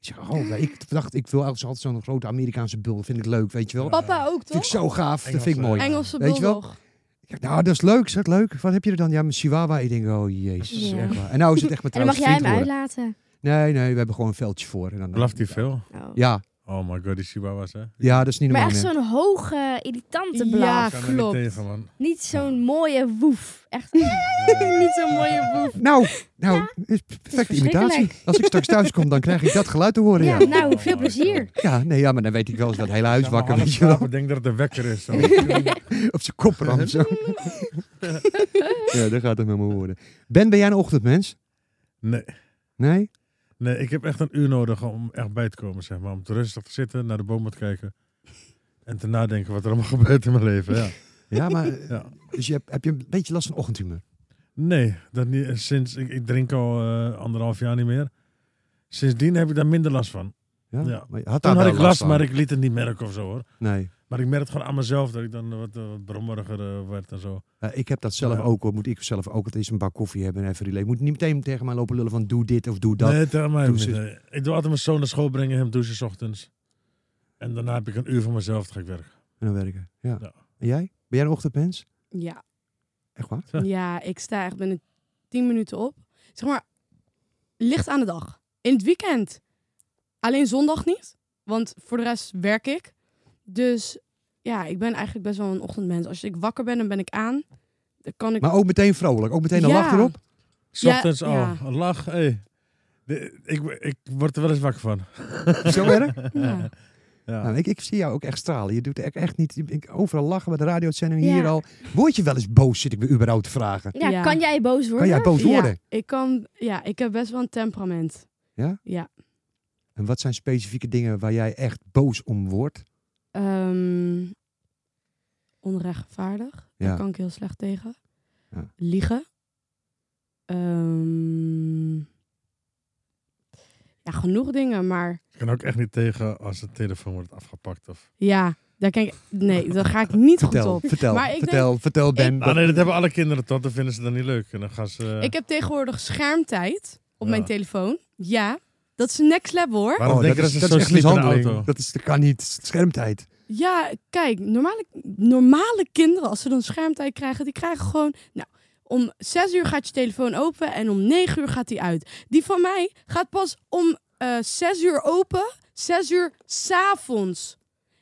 [SPEAKER 3] Ik zeg, oh, nee, ik dacht, ik wil eigenlijk altijd zo'n grote Amerikaanse bul. Dat vind ik leuk, weet je
[SPEAKER 7] Oh,
[SPEAKER 3] wel.
[SPEAKER 1] Papa ook,
[SPEAKER 3] vind
[SPEAKER 1] toch?
[SPEAKER 3] ik zo gaaf. dat vind ik
[SPEAKER 2] Engelse-
[SPEAKER 3] mooi.
[SPEAKER 1] Engelse
[SPEAKER 3] Weet je wel?
[SPEAKER 1] bulldog.
[SPEAKER 3] Ik dacht, nou, dat is leuk, is dat leuk. Wat heb je er dan? Ja, mijn chihuahua. Ik denk, oh jezus,
[SPEAKER 7] Ja.
[SPEAKER 3] echt waar. En nou is het echt mijn
[SPEAKER 7] En dan
[SPEAKER 3] trouwens
[SPEAKER 7] mag jij hem
[SPEAKER 3] vriend geworden.
[SPEAKER 7] uitlaten.
[SPEAKER 3] Nee, nee, we hebben gewoon een veldje voor. En dan,
[SPEAKER 2] Blaft hij veel?
[SPEAKER 7] Nou.
[SPEAKER 3] Ja,
[SPEAKER 2] Oh my god, die chihuahuas, hè?
[SPEAKER 3] ja, dat is niet
[SPEAKER 7] Maar
[SPEAKER 3] normaal.
[SPEAKER 7] echt
[SPEAKER 3] man.
[SPEAKER 7] zo'n hoge, irritante blaf.
[SPEAKER 1] Ja,
[SPEAKER 2] Ik kan er niet
[SPEAKER 1] klopt.
[SPEAKER 2] tegen, man.
[SPEAKER 7] Niet zo'n mooie woef. Echt.
[SPEAKER 1] Niet zo'n mooie boef.
[SPEAKER 3] Nou, nou, is perfecte imitatie.
[SPEAKER 7] verschrikkelijk.
[SPEAKER 3] Als ik straks thuis kom, dan krijg ik dat geluid te horen. Ja,
[SPEAKER 7] Ja,
[SPEAKER 3] ja.
[SPEAKER 7] nou,
[SPEAKER 2] Oh
[SPEAKER 7] veel
[SPEAKER 2] my
[SPEAKER 7] plezier.
[SPEAKER 3] nee, ja, maar dan weet ik wel eens dat het hele huis
[SPEAKER 2] Ja, maar
[SPEAKER 3] wakker,
[SPEAKER 2] half
[SPEAKER 3] weet je wel.
[SPEAKER 2] slapen, denk dat het een wekker is. zo.
[SPEAKER 3] Op zijn kop ram zo. ja, daar gaat het met me worden. Ben, ben jij een ochtendmens?
[SPEAKER 2] nee,
[SPEAKER 3] Nee?
[SPEAKER 2] nee, ik heb echt een uur nodig om echt bij te komen, zeg maar. Om te rustig te zitten, naar de boom te kijken. En te nadenken wat er allemaal gebeurt in mijn leven, ja.
[SPEAKER 3] Ja, maar eh,
[SPEAKER 2] Ja.
[SPEAKER 3] Dus je hebt, heb je een beetje last van ochtendhumeur?
[SPEAKER 2] Nee, dat niet. En Sinds, ik, ik drink al eh, anderhalf jaar niet meer. Sindsdien heb ik daar minder last van.
[SPEAKER 3] Ja?
[SPEAKER 2] Ja.
[SPEAKER 3] Maar je had
[SPEAKER 2] Toen
[SPEAKER 3] daar
[SPEAKER 2] had
[SPEAKER 3] wel
[SPEAKER 2] ik last,
[SPEAKER 3] van.
[SPEAKER 2] maar ik liet het niet merken of zo, hoor.
[SPEAKER 3] Nee,
[SPEAKER 2] Maar ik merkte gewoon aan mezelf dat ik dan wat, eh, wat brommeriger eh, werd en zo.
[SPEAKER 3] Eh, ik heb dat zelf
[SPEAKER 2] Ja.
[SPEAKER 3] ook hoor. Moet ik zelf ook het eens een bak koffie hebben en even relaxen. Moet niet meteen tegen mij lopen lullen van doe dit of doe dat.
[SPEAKER 2] nee, tel mij
[SPEAKER 3] doe
[SPEAKER 2] niet.
[SPEAKER 3] ze-
[SPEAKER 2] nee. Ik doe altijd mijn zoon naar school brengen, hem douchen 's ochtends. En daarna heb ik een uur voor mezelf, dan ga ik werken.
[SPEAKER 3] En dan werken. Ja.
[SPEAKER 2] Ja.
[SPEAKER 3] En jij? Ben jij een ochtendmens?
[SPEAKER 1] Ja.
[SPEAKER 3] Echt waar?
[SPEAKER 2] Ja.
[SPEAKER 1] ja, ik sta echt binnen 10 minuten op. Zeg maar, licht aan de dag. In het weekend. Alleen zondag niet, want voor de rest werk ik. Dus ja, ik ben eigenlijk best wel een ochtendmens. Als ik wakker ben, dan ben ik aan. Dan kan ik...
[SPEAKER 3] Maar ook meteen vrolijk. Ook meteen een
[SPEAKER 1] Ja.
[SPEAKER 3] lach erop.
[SPEAKER 2] S
[SPEAKER 1] Ja,
[SPEAKER 2] ochtends al,
[SPEAKER 1] ja.
[SPEAKER 2] een lach, Hey. De- ik, ik word er wel eens wakker van.
[SPEAKER 3] Zo erg?
[SPEAKER 1] Ja.
[SPEAKER 2] Ja.
[SPEAKER 3] Nou, ik, ik zie jou ook echt stralen. Je doet echt, echt niet... Ik, overal lachen bij de radio en
[SPEAKER 7] Ja.
[SPEAKER 3] hier al. Word je wel eens boos, zit ik me überhaupt te vragen.
[SPEAKER 7] Ja,
[SPEAKER 1] Ja.
[SPEAKER 7] kan jij boos worden?
[SPEAKER 3] Kan jij boos
[SPEAKER 1] Ja,
[SPEAKER 3] worden?
[SPEAKER 1] ik kan, ja, ik heb best wel een temperament.
[SPEAKER 3] En wat zijn specifieke dingen waar jij echt boos om wordt?
[SPEAKER 1] Ehm onrechtvaardig.
[SPEAKER 3] Ja.
[SPEAKER 1] Daar kan ik heel slecht tegen.
[SPEAKER 3] Ja.
[SPEAKER 1] Liegen. Ehm, ja, genoeg dingen, maar
[SPEAKER 2] Ik kan ook echt niet tegen als de telefoon wordt afgepakt. Of...
[SPEAKER 1] ja, daar kan ik, nee, daar ga ik niet goed
[SPEAKER 3] Vertel,
[SPEAKER 1] op.
[SPEAKER 3] vertel,
[SPEAKER 1] Maar ik
[SPEAKER 3] vertel, vertel Ben.
[SPEAKER 2] Nou, nee, dat hebben alle kinderen tot, dan vinden ze dat niet leuk. En dan gaan ze... eh,
[SPEAKER 1] Ik heb tegenwoordig schermtijd op
[SPEAKER 2] Ja.
[SPEAKER 1] mijn telefoon. Ja, dat is next level hoor.
[SPEAKER 2] Waarom
[SPEAKER 3] Oh,
[SPEAKER 2] denk je dat, ze zo
[SPEAKER 3] echt
[SPEAKER 2] sliepen in de
[SPEAKER 3] mishandeling.
[SPEAKER 2] auto?
[SPEAKER 3] Dat, is, dat kan niet. Schermtijd.
[SPEAKER 1] Ja, kijk, normale, normale kinderen, als ze dan schermtijd krijgen, die krijgen gewoon. Nou, om zes uur gaat je telefoon open en om negen uur gaat die uit. Die van mij gaat pas om eh zes uur open, zes uur s'avonds.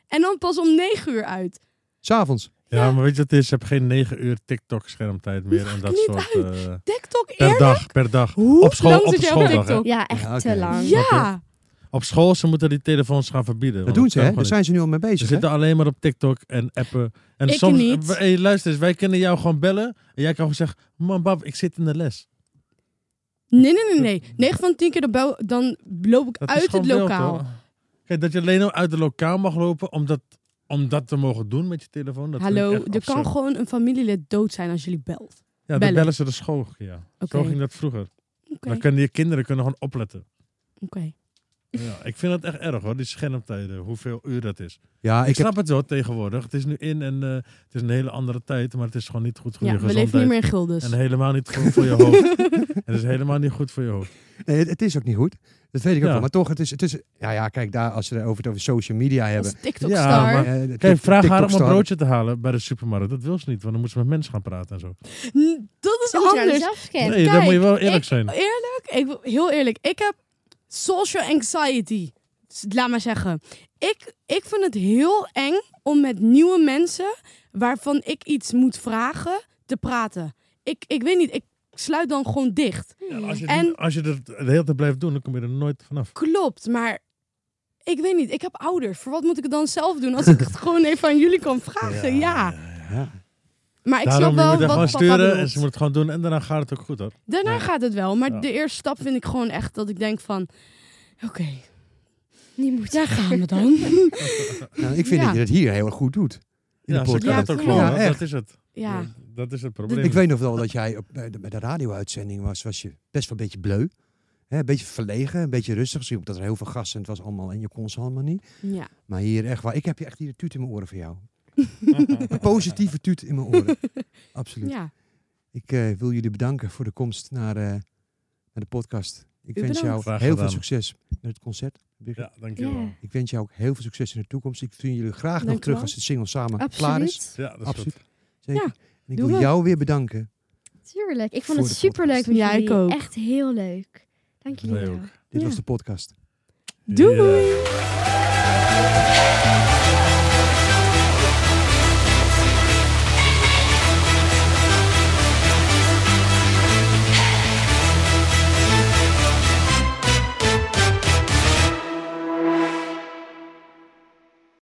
[SPEAKER 1] En dan pas om negen uur uit.
[SPEAKER 3] S'avonds.
[SPEAKER 2] Ja, maar weet je wat het is? Je hebt geen 9 uur TikTok schermtijd meer en dat
[SPEAKER 1] niet
[SPEAKER 2] soort... eh,
[SPEAKER 1] TikTok
[SPEAKER 2] per
[SPEAKER 1] eerder?
[SPEAKER 2] dag, per dag.
[SPEAKER 1] Hoe
[SPEAKER 2] op school,
[SPEAKER 1] lang
[SPEAKER 2] op
[SPEAKER 1] zit
[SPEAKER 2] de
[SPEAKER 1] jij op
[SPEAKER 2] schooldag, hè?
[SPEAKER 1] TikTok?
[SPEAKER 7] Ja, echt
[SPEAKER 3] Ja, oké.
[SPEAKER 7] te lang.
[SPEAKER 1] Ja,
[SPEAKER 2] Op school, ze moeten die telefoons gaan verbieden.
[SPEAKER 3] Dat
[SPEAKER 2] want
[SPEAKER 3] doen ze,
[SPEAKER 2] Oh, kan
[SPEAKER 3] hè?
[SPEAKER 2] gewoon
[SPEAKER 3] Daar zijn ze nu al mee bezig.
[SPEAKER 2] Ze
[SPEAKER 3] hè?
[SPEAKER 2] zitten alleen maar op TikTok en appen. En
[SPEAKER 1] Ik
[SPEAKER 2] soms,
[SPEAKER 1] niet.
[SPEAKER 2] w- Hey, luister eens, wij kunnen jou gewoon bellen. En jij kan gewoon zeggen, man, bab, ik zit in de les.
[SPEAKER 1] nee, nee, nee, nee. 9 van 10 keer dan, bel- dan loop ik
[SPEAKER 2] Dat is
[SPEAKER 1] uit het
[SPEAKER 2] gewoon beeld,
[SPEAKER 1] lokaal.
[SPEAKER 2] hoor. Kijk, dat je alleen al uit het lokaal mag lopen om dat, om dat te mogen doen met je telefoon. Dat vind ik
[SPEAKER 1] Hallo,
[SPEAKER 2] echt
[SPEAKER 1] er kan
[SPEAKER 2] absurd.
[SPEAKER 1] gewoon een familielid dood zijn als jullie belt.
[SPEAKER 2] Ja, dan
[SPEAKER 1] bellen.
[SPEAKER 2] bellen ze de school. Ja. Zo
[SPEAKER 1] Oké.
[SPEAKER 2] ging dat vroeger.
[SPEAKER 1] Oké,
[SPEAKER 2] Dan kunnen je kinderen kunnen gewoon opletten.
[SPEAKER 1] oké.
[SPEAKER 2] Ja, ik vind dat echt erg hoor, die schermtijden, hoeveel uur dat is.
[SPEAKER 3] Ja,
[SPEAKER 2] Ik
[SPEAKER 3] ik heb,
[SPEAKER 2] snap het wel tegenwoordig. Het is nu in en eh, het is een hele andere tijd, maar het is gewoon niet goed voor
[SPEAKER 1] Ja,
[SPEAKER 2] je
[SPEAKER 1] we
[SPEAKER 2] gezondheid.
[SPEAKER 1] leven niet meer in guldens.
[SPEAKER 2] En helemaal niet goed voor je hoofd. het is helemaal niet goed voor je hoofd.
[SPEAKER 3] nee, het, het is ook niet goed. Dat weet ik ook
[SPEAKER 2] Ja.
[SPEAKER 3] wel. Maar toch, het is, het is... Ja, ja, kijk, daar, als ze het over, het over social media hebben...
[SPEAKER 1] Als TikTok
[SPEAKER 2] Ja,
[SPEAKER 1] star.
[SPEAKER 2] maar-
[SPEAKER 3] eh, de
[SPEAKER 2] Kijk,
[SPEAKER 3] tik-
[SPEAKER 2] vraag haar om een
[SPEAKER 3] TikTok-star.
[SPEAKER 2] broodje te halen bij de supermarkt. Dat wil ze niet, want dan moet ze met mensen gaan praten en zo.
[SPEAKER 1] N- Dat is
[SPEAKER 7] Ze moeten naar de
[SPEAKER 1] anders.
[SPEAKER 7] zelfscan.
[SPEAKER 2] nee, dan moet je wel
[SPEAKER 1] Kijk,
[SPEAKER 2] eerlijk
[SPEAKER 1] ik-
[SPEAKER 2] zijn.
[SPEAKER 1] Eerlijk, ik, wil- heel eerlijk. Ik heb social anxiety. S- Laat maar zeggen. Ik, ik vind het heel eng om met nieuwe mensen waarvan ik iets moet vragen te praten. Ik, ik weet niet, ik sluit dan gewoon dicht.
[SPEAKER 2] Ja, als, je,
[SPEAKER 1] En-
[SPEAKER 2] als je dat de hele tijd blijft doen, dan kom je er nooit vanaf.
[SPEAKER 1] Klopt, maar ik weet niet, ik heb ouders. Voor wat moet ik het dan zelf doen als ik het gewoon even aan jullie kan vragen? Ja.
[SPEAKER 3] Ja.
[SPEAKER 1] Maar ik
[SPEAKER 2] Daarom, je
[SPEAKER 1] snap
[SPEAKER 2] moet
[SPEAKER 1] wel
[SPEAKER 2] haar
[SPEAKER 1] wat
[SPEAKER 2] gewoon
[SPEAKER 1] papa
[SPEAKER 2] sturen en
[SPEAKER 1] bedoelt.
[SPEAKER 2] ze moet het gewoon doen. En daarna gaat het ook goed hoor.
[SPEAKER 1] Daarna
[SPEAKER 2] Ja.
[SPEAKER 1] gaat het wel, maar
[SPEAKER 2] Ja.
[SPEAKER 1] de eerste stap vind ik gewoon echt dat ik denk van... Oké,
[SPEAKER 7] Die moet
[SPEAKER 1] daar gaan we dan.
[SPEAKER 3] Nou, ik vind
[SPEAKER 1] Ja.
[SPEAKER 3] dat je dat hier heel erg goed doet. In
[SPEAKER 2] Ja,
[SPEAKER 3] de
[SPEAKER 2] ze
[SPEAKER 3] podcast.
[SPEAKER 2] kan het ook gewoon.
[SPEAKER 3] Ja,
[SPEAKER 2] hoor.
[SPEAKER 3] echt.
[SPEAKER 2] dat is het.
[SPEAKER 1] ja.
[SPEAKER 2] Dat is het probleem.
[SPEAKER 3] Ik weet nog wel dat jij op, bij de, bij de radio-uitzending was, was je best wel een beetje bleu. Hè, een beetje verlegen, een beetje rustig. Misschien omdat er heel veel gasten en het was allemaal en je kon ze allemaal niet.
[SPEAKER 1] ja.
[SPEAKER 3] Maar hier echt waar. Ik heb je echt hier de tuut in mijn oren voor jou. een positieve tuut in mijn oren. Absoluut.
[SPEAKER 1] Ja,
[SPEAKER 3] Ik eh, wil jullie bedanken voor de komst naar, eh, naar de podcast. Ik
[SPEAKER 1] U
[SPEAKER 3] wens
[SPEAKER 1] bedankt.
[SPEAKER 3] jou
[SPEAKER 2] Graag
[SPEAKER 3] heel veel
[SPEAKER 2] gedaan.
[SPEAKER 3] succes met het concert. Birgit.
[SPEAKER 2] Ja, dankjewel.
[SPEAKER 7] Ja.
[SPEAKER 3] Ik wens jou ook heel veel succes in de toekomst. Ik zie jullie graag nog
[SPEAKER 1] Dankjewel.
[SPEAKER 3] terug als de single samen klaar is.
[SPEAKER 7] Absoluut.
[SPEAKER 2] Ja, dat is
[SPEAKER 3] Absoluut.
[SPEAKER 2] goed.
[SPEAKER 3] Zeker.
[SPEAKER 1] Ja,
[SPEAKER 3] en ik
[SPEAKER 1] doe
[SPEAKER 3] wil
[SPEAKER 1] we.
[SPEAKER 3] jou weer bedanken.
[SPEAKER 7] Tuurlijk. Ik
[SPEAKER 3] Voor
[SPEAKER 7] vond het
[SPEAKER 3] de
[SPEAKER 7] superleuk met
[SPEAKER 1] podcast. Ja,
[SPEAKER 7] jullie.
[SPEAKER 1] ik ook.
[SPEAKER 7] Echt heel leuk. Dank jullie
[SPEAKER 2] Wij
[SPEAKER 7] wel.
[SPEAKER 2] ook.
[SPEAKER 3] Dit
[SPEAKER 2] Ja.
[SPEAKER 3] was de podcast.
[SPEAKER 2] Doei!
[SPEAKER 8] Ja.